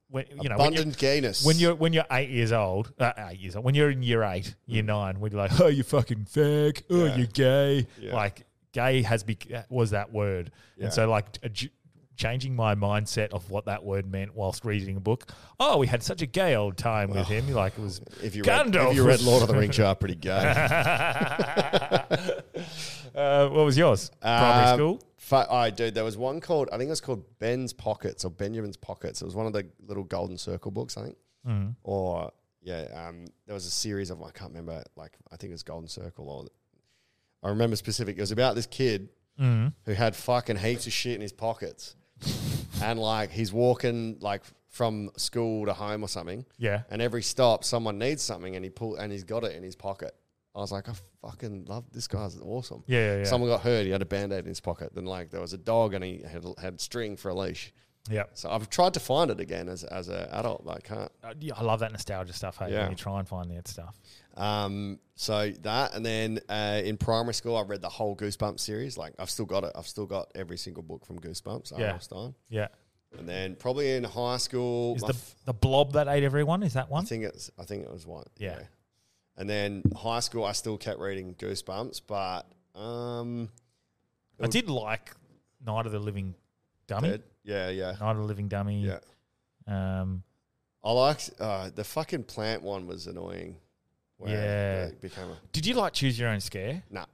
when you know, when you- Abundant gayness. when you're when you're eight years old, uh, eight years old, when you're in year eight, year nine, when you're like, oh, you fucking fag, oh, Mm. Yeah. you're gay, Yeah. like gay has be was that word, Yeah. and so like adju- changing my mindset of what that word meant whilst reading a book. Oh, we had such a gay old time with him, like it was Oh. if you read, Gandalf. if you read was- Lord of the Rings, you are pretty gay. uh, what was yours? Primary Um, school. Fa- oh, dude, there was one called I think it was called Ben's Pockets or Benjamin's Pockets. It was one of the little Golden Circle books, I think. Mm-hmm. Or yeah, um, there was a series of I can't remember. Like I think it was Golden Circle or I remember specific. It was about this kid Mm-hmm. who had fucking heaps of shit in his pockets, and like he's walking like from school to home or something. Yeah. And every stop, someone needs something, and he pull and he's got it in his pocket. I was like, I fucking love this guy's awesome. Yeah, yeah, yeah. Someone got hurt. He had a band aid in his pocket. Then like there was a dog, and he had had string for a leash. Yeah. So I've tried to find it again as as an adult, but I can't. Uh, yeah, I love that nostalgia stuff. Hey, Yeah. when you try and find that stuff. Um, so that, and then uh, in primary school, I read the whole Goosebumps series. Like I've still got it. I've still got every single book from Goosebumps. Yeah. Yeah. Stein. Yeah. And then probably in high school, Is my the, f- the blob that ate everyone? Is that one? I think it's I think it was one. Yeah. And then high school, I still kept reading Goosebumps, but um, I did like Night of the Living Dummy. it- yeah, yeah, Night of the Living Dummy. yeah. Um, I liked uh, the fucking plant one was annoying. Yeah. it became a did you like Choose Your Own Scare? nah.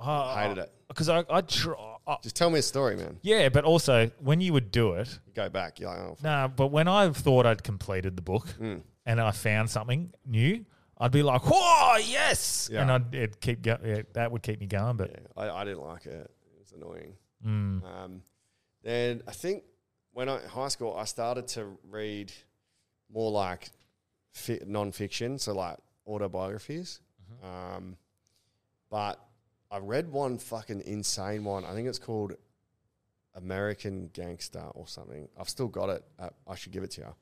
Oh, Hated it. Because I, I, tr- I, Just tell me a story, man. yeah, but also when you would do it, You go back. You're like, oh, no, but when I thought I'd completed the book Hmm. and I found something new, I'd be like, "Whoa, yes!" Yeah. And I'd it'd keep go- yeah, that would keep me going. But mm. Yeah, I, I didn't like it. It was annoying. Um, then I think when I in high school, I started to read more like fi- non-fiction, so like autobiographies. Um, but I read one fucking insane one. I think it's called American Gangster or something. I've still got it. Uh, I should give it to you.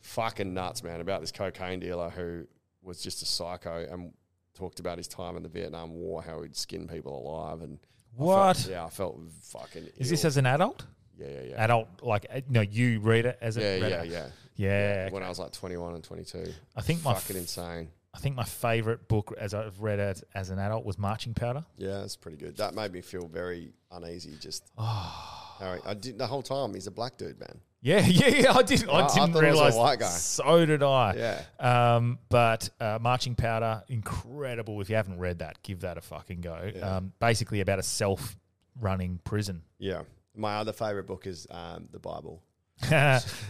Fucking nuts, man, about this cocaine dealer who was just a psycho and talked about his time in the Vietnam War, how he'd skin people alive. And I felt- What? yeah, I felt fucking. is this ill. as an adult? yeah, yeah, yeah, Adult, like uh, no, you read it as a yeah, read yeah, it. yeah, yeah. When I was like twenty one and twenty two, I think my fucking f- insane. I think my favorite book as I've read it as an adult was Marching Powder. Yeah, it's pretty good. That made me feel very uneasy. Just Oh. All right, I did the whole time. He's a black dude, man. Yeah, yeah, yeah. I didn't, I- I I didn't thought it was a realize. white guy. So did I. Yeah. Um, but uh, Marching Powder, incredible. If you haven't read that, give that a fucking go. Um, basically about a self-running prison. Yeah. My other favorite book is um, the Bible.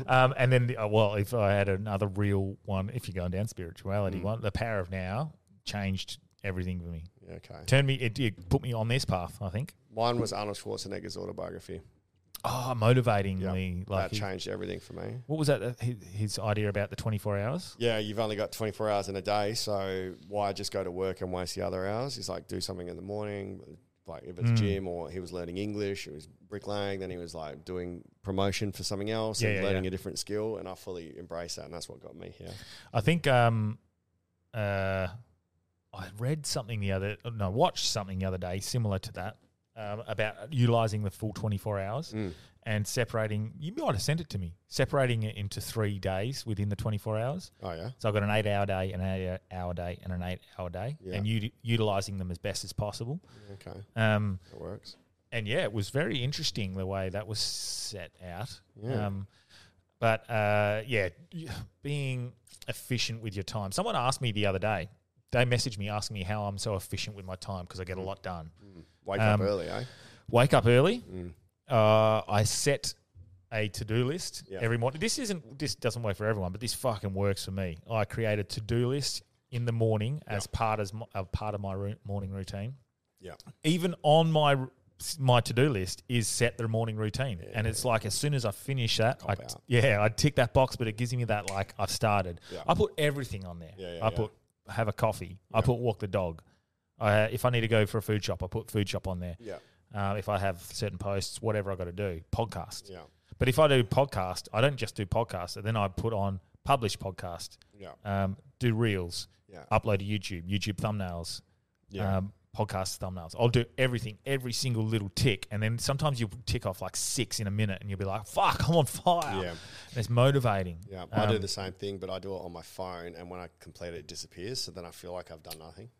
um, and then, the, uh, well, if I had another real one, if you're going down Mm. spirituality one, The Power of Now changed everything for me. Okay. Turned me, it, it put me on this path. I think. Mine was Arnold Schwarzenegger's autobiography. Oh, motivatingly, Yeah. like that he- changed everything for me. what was that? uh, hi- His idea about the 24 hours. Yeah, you've only got 24 hours in a day, so why just go to work and waste the other hours? He's like, do something in the morning, like if Hmm. it's gym or he was learning English, he was bricklaying, then he was like doing promotion for something else Yeah, and yeah, learning yeah. a different skill. And I fully embrace that, and that's what got me here. I think um, uh, I read something the other no watched something the other day similar to that um, about utilizing the full twenty four hours and separating. You might have sent it to me. Separating it into three days within the twenty four hours. Oh, yeah. So I've got an eight hour day, an eight hour day, and an eight hour day, Yeah. and u- utilizing them as best as possible. Okay. Um, That works. and yeah, it was very interesting the way that was set out. Yeah. Um, but uh, yeah, y- being efficient with your time. Someone asked me the other day. They messaged me asking me how I'm so efficient with my time because I Mm. get a lot done. Wake up Um, early, eh? Wake up early. Mm. Uh, I set a to do list Yeah. every morning. This isn't. This doesn't work for everyone, but this fucking works for me. I create a to do list in the morning as part as my, a part of my ru- morning routine Yeah. even on my my to do list is set the morning routine, and it's like as soon as I finish that, I, out. yeah, I tick that box, but it gives me that like I've started. Yeah. I put everything on there. Yeah, yeah, I yeah. put have a coffee. I put walk the dog. Uh, if I need to go for a food shop, I put food shop on there. Yeah. Uh, if I have certain posts, whatever I got to do, podcast. Yeah. But if I do podcast, I don't just do podcast. and Then I put on publish podcast, Yeah. um, do reels, Yeah. upload to YouTube, YouTube thumbnails, Yeah. um, podcast thumbnails. I'll do everything, every single little tick, and then sometimes you'll tick off like six in a minute, and you'll be like, "Fuck, I'm on fire!" Yeah. And it's motivating. Yeah, I do Um, the same thing, but I do it on my phone, and when I complete it, it disappears. So then I feel like I've done nothing.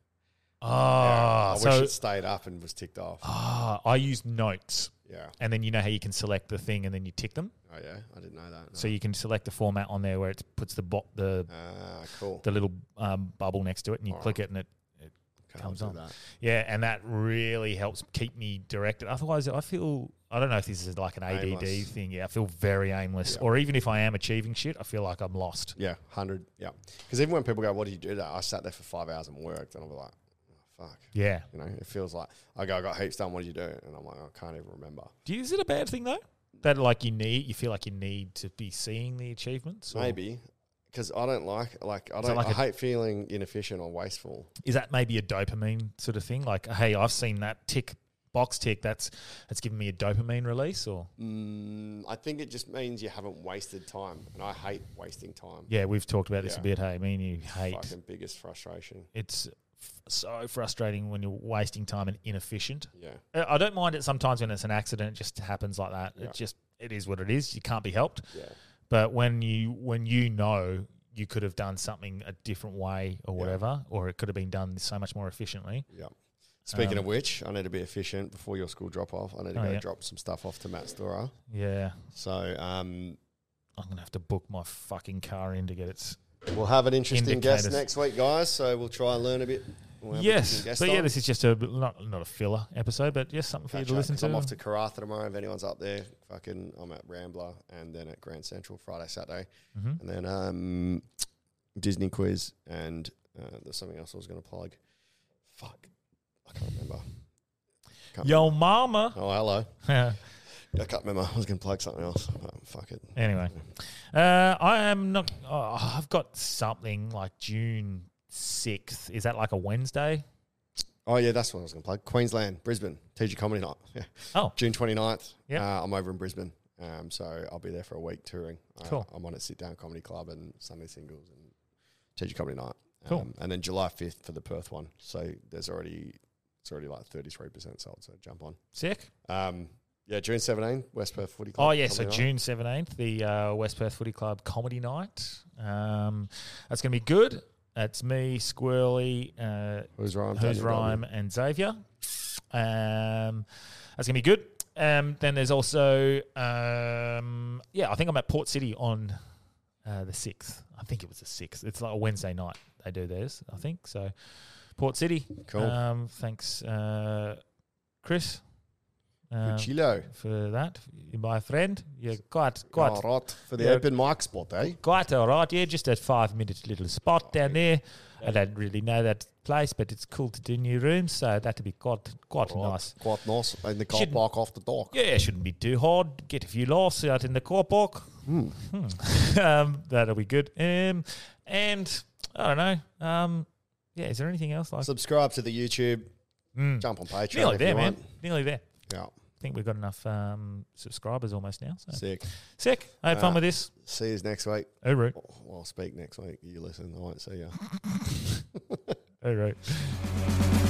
Ah, I so wish it stayed up and was ticked off. ah, I use notes, yeah. and then you know how you can select the thing, and then you tick them. Oh yeah, I didn't know that. No. So you can select the format on there where it puts the bo- the Ah, cool. the little um, bubble next to it, and you click it, and it. it Okay, I'll comes do on. that. Yeah, and that really helps keep me directed. Otherwise, I feel I don't know if this is like an ADD Aimless. thing. Yeah, I feel very aimless. Or even if I am achieving shit, I feel like I'm lost. Yeah, hundred. Yeah, because even when people go, "What do you do?" That I sat there for five hours and worked, and I'll be like, oh, "Fuck," Yeah. you know. It feels like I go, "I got heaps done. What do you do?" And I'm like, "I can't even remember." Do you, is it a bad thing though? That like you need, you feel like you need to be seeing the achievements. or- Maybe because I don't like like I that don't. like I a- hate feeling inefficient or wasteful. is that maybe a dopamine sort of thing? Like, hey, I've seen that tick box tick. That's that's giving me a dopamine release. Or Mm, I think it just means you haven't wasted time, and I hate wasting time. yeah, we've talked about this a Yeah. bit. Hey, me and you hate. Fucking biggest frustration. It's f- so frustrating when you're wasting time and inefficient. Yeah. I Uh, I don't mind it sometimes when it's an accident. It just happens like that. Yeah. It just it is what it is. You can't be helped. Yeah. But when you when you know you could have done something a different way or whatever, or it could have been done so much more efficiently. Yeah. Speaking Um, of which, I need to be efficient before your school drop off. I need to Oh, go yeah. drop some stuff off to Matt's Dora. Yeah, So um, I'm gonna have to book my fucking car in to get its. we'll have an interesting guest Indicators. next week, guys. So we'll try and learn a bit. We'll have an interesting yes, guest but yeah, on. this is just a not not a filler episode, but just something for you Catch to up, listen 'cause to. I'm off to Karatha tomorrow. If anyone's up there, fucking, I'm at Rambler and then at Grand Central Friday, Saturday, Mhm. and then um, Disney quiz and uh, there's something else I was going to plug. Fuck, I can't remember. Can't Yo, remember. mama. Oh, hello. anyway, I can't remember. I was going to plug something else. But fuck it. uh, I am not. Oh, I've got something like June sixth. Is that like a Wednesday? Oh yeah, that's what I was going to plug. Queensland, Brisbane, TG Comedy Night. Yeah. Oh, June 29th. Yeah. Uh, I'm over in Brisbane. Um, so I'll be there for a week touring. Uh, Cool. I'm on at Sit Down Comedy Club and Sunday Singles and TG Comedy Night. Um, Cool. And then July 5th for the Perth one. So there's already, it's already like 33% sold. So jump on. sick. Um, yeah, June 17th, West Perth Footy Club. Oh yeah, so Comedy Night. June seventeenth, the uh, West Perth Footy Club comedy night. Um, that's going to be good. It's me, Squirrely, uh, Who's Rhyme? Who's Daniel Rhyme, and Xavier. Um, that's going to be good. Um, then there's also, um, yeah, I think I'm at Port City on uh, the 6th. I think it was the 6th. It's like a Wednesday night they do theirs, I think. So, Port City. Cool. Um, thanks, uh, Chris. Goodman. um, Cuchillo. for that, my friend. You're quite, quite All right. For the Yeah. open mic spot, eh? Oh, quite all right. Yeah, just a five minute little spot down there. I don't really know that place, but it's cool to do new rooms, so that'd be quite quite nice. Quite nice. And the car Shouldn't- park off the dock. Yeah, it shouldn't be too hard. Get a few laughs out in the car park. Hmm. um, that'll be good. Um, and I don't know. Um, yeah, is there anything else like Hmm. Subscribe to the YouTube. Jump on Patreon. nearly if there, you man? want. Nearly there. Yeah. I think we've got enough um, subscribers almost now. So Sick. sick. I had fun Uh, with this. See you next week. All right. Well, I'll speak next week. You listen. I won't see you. All right.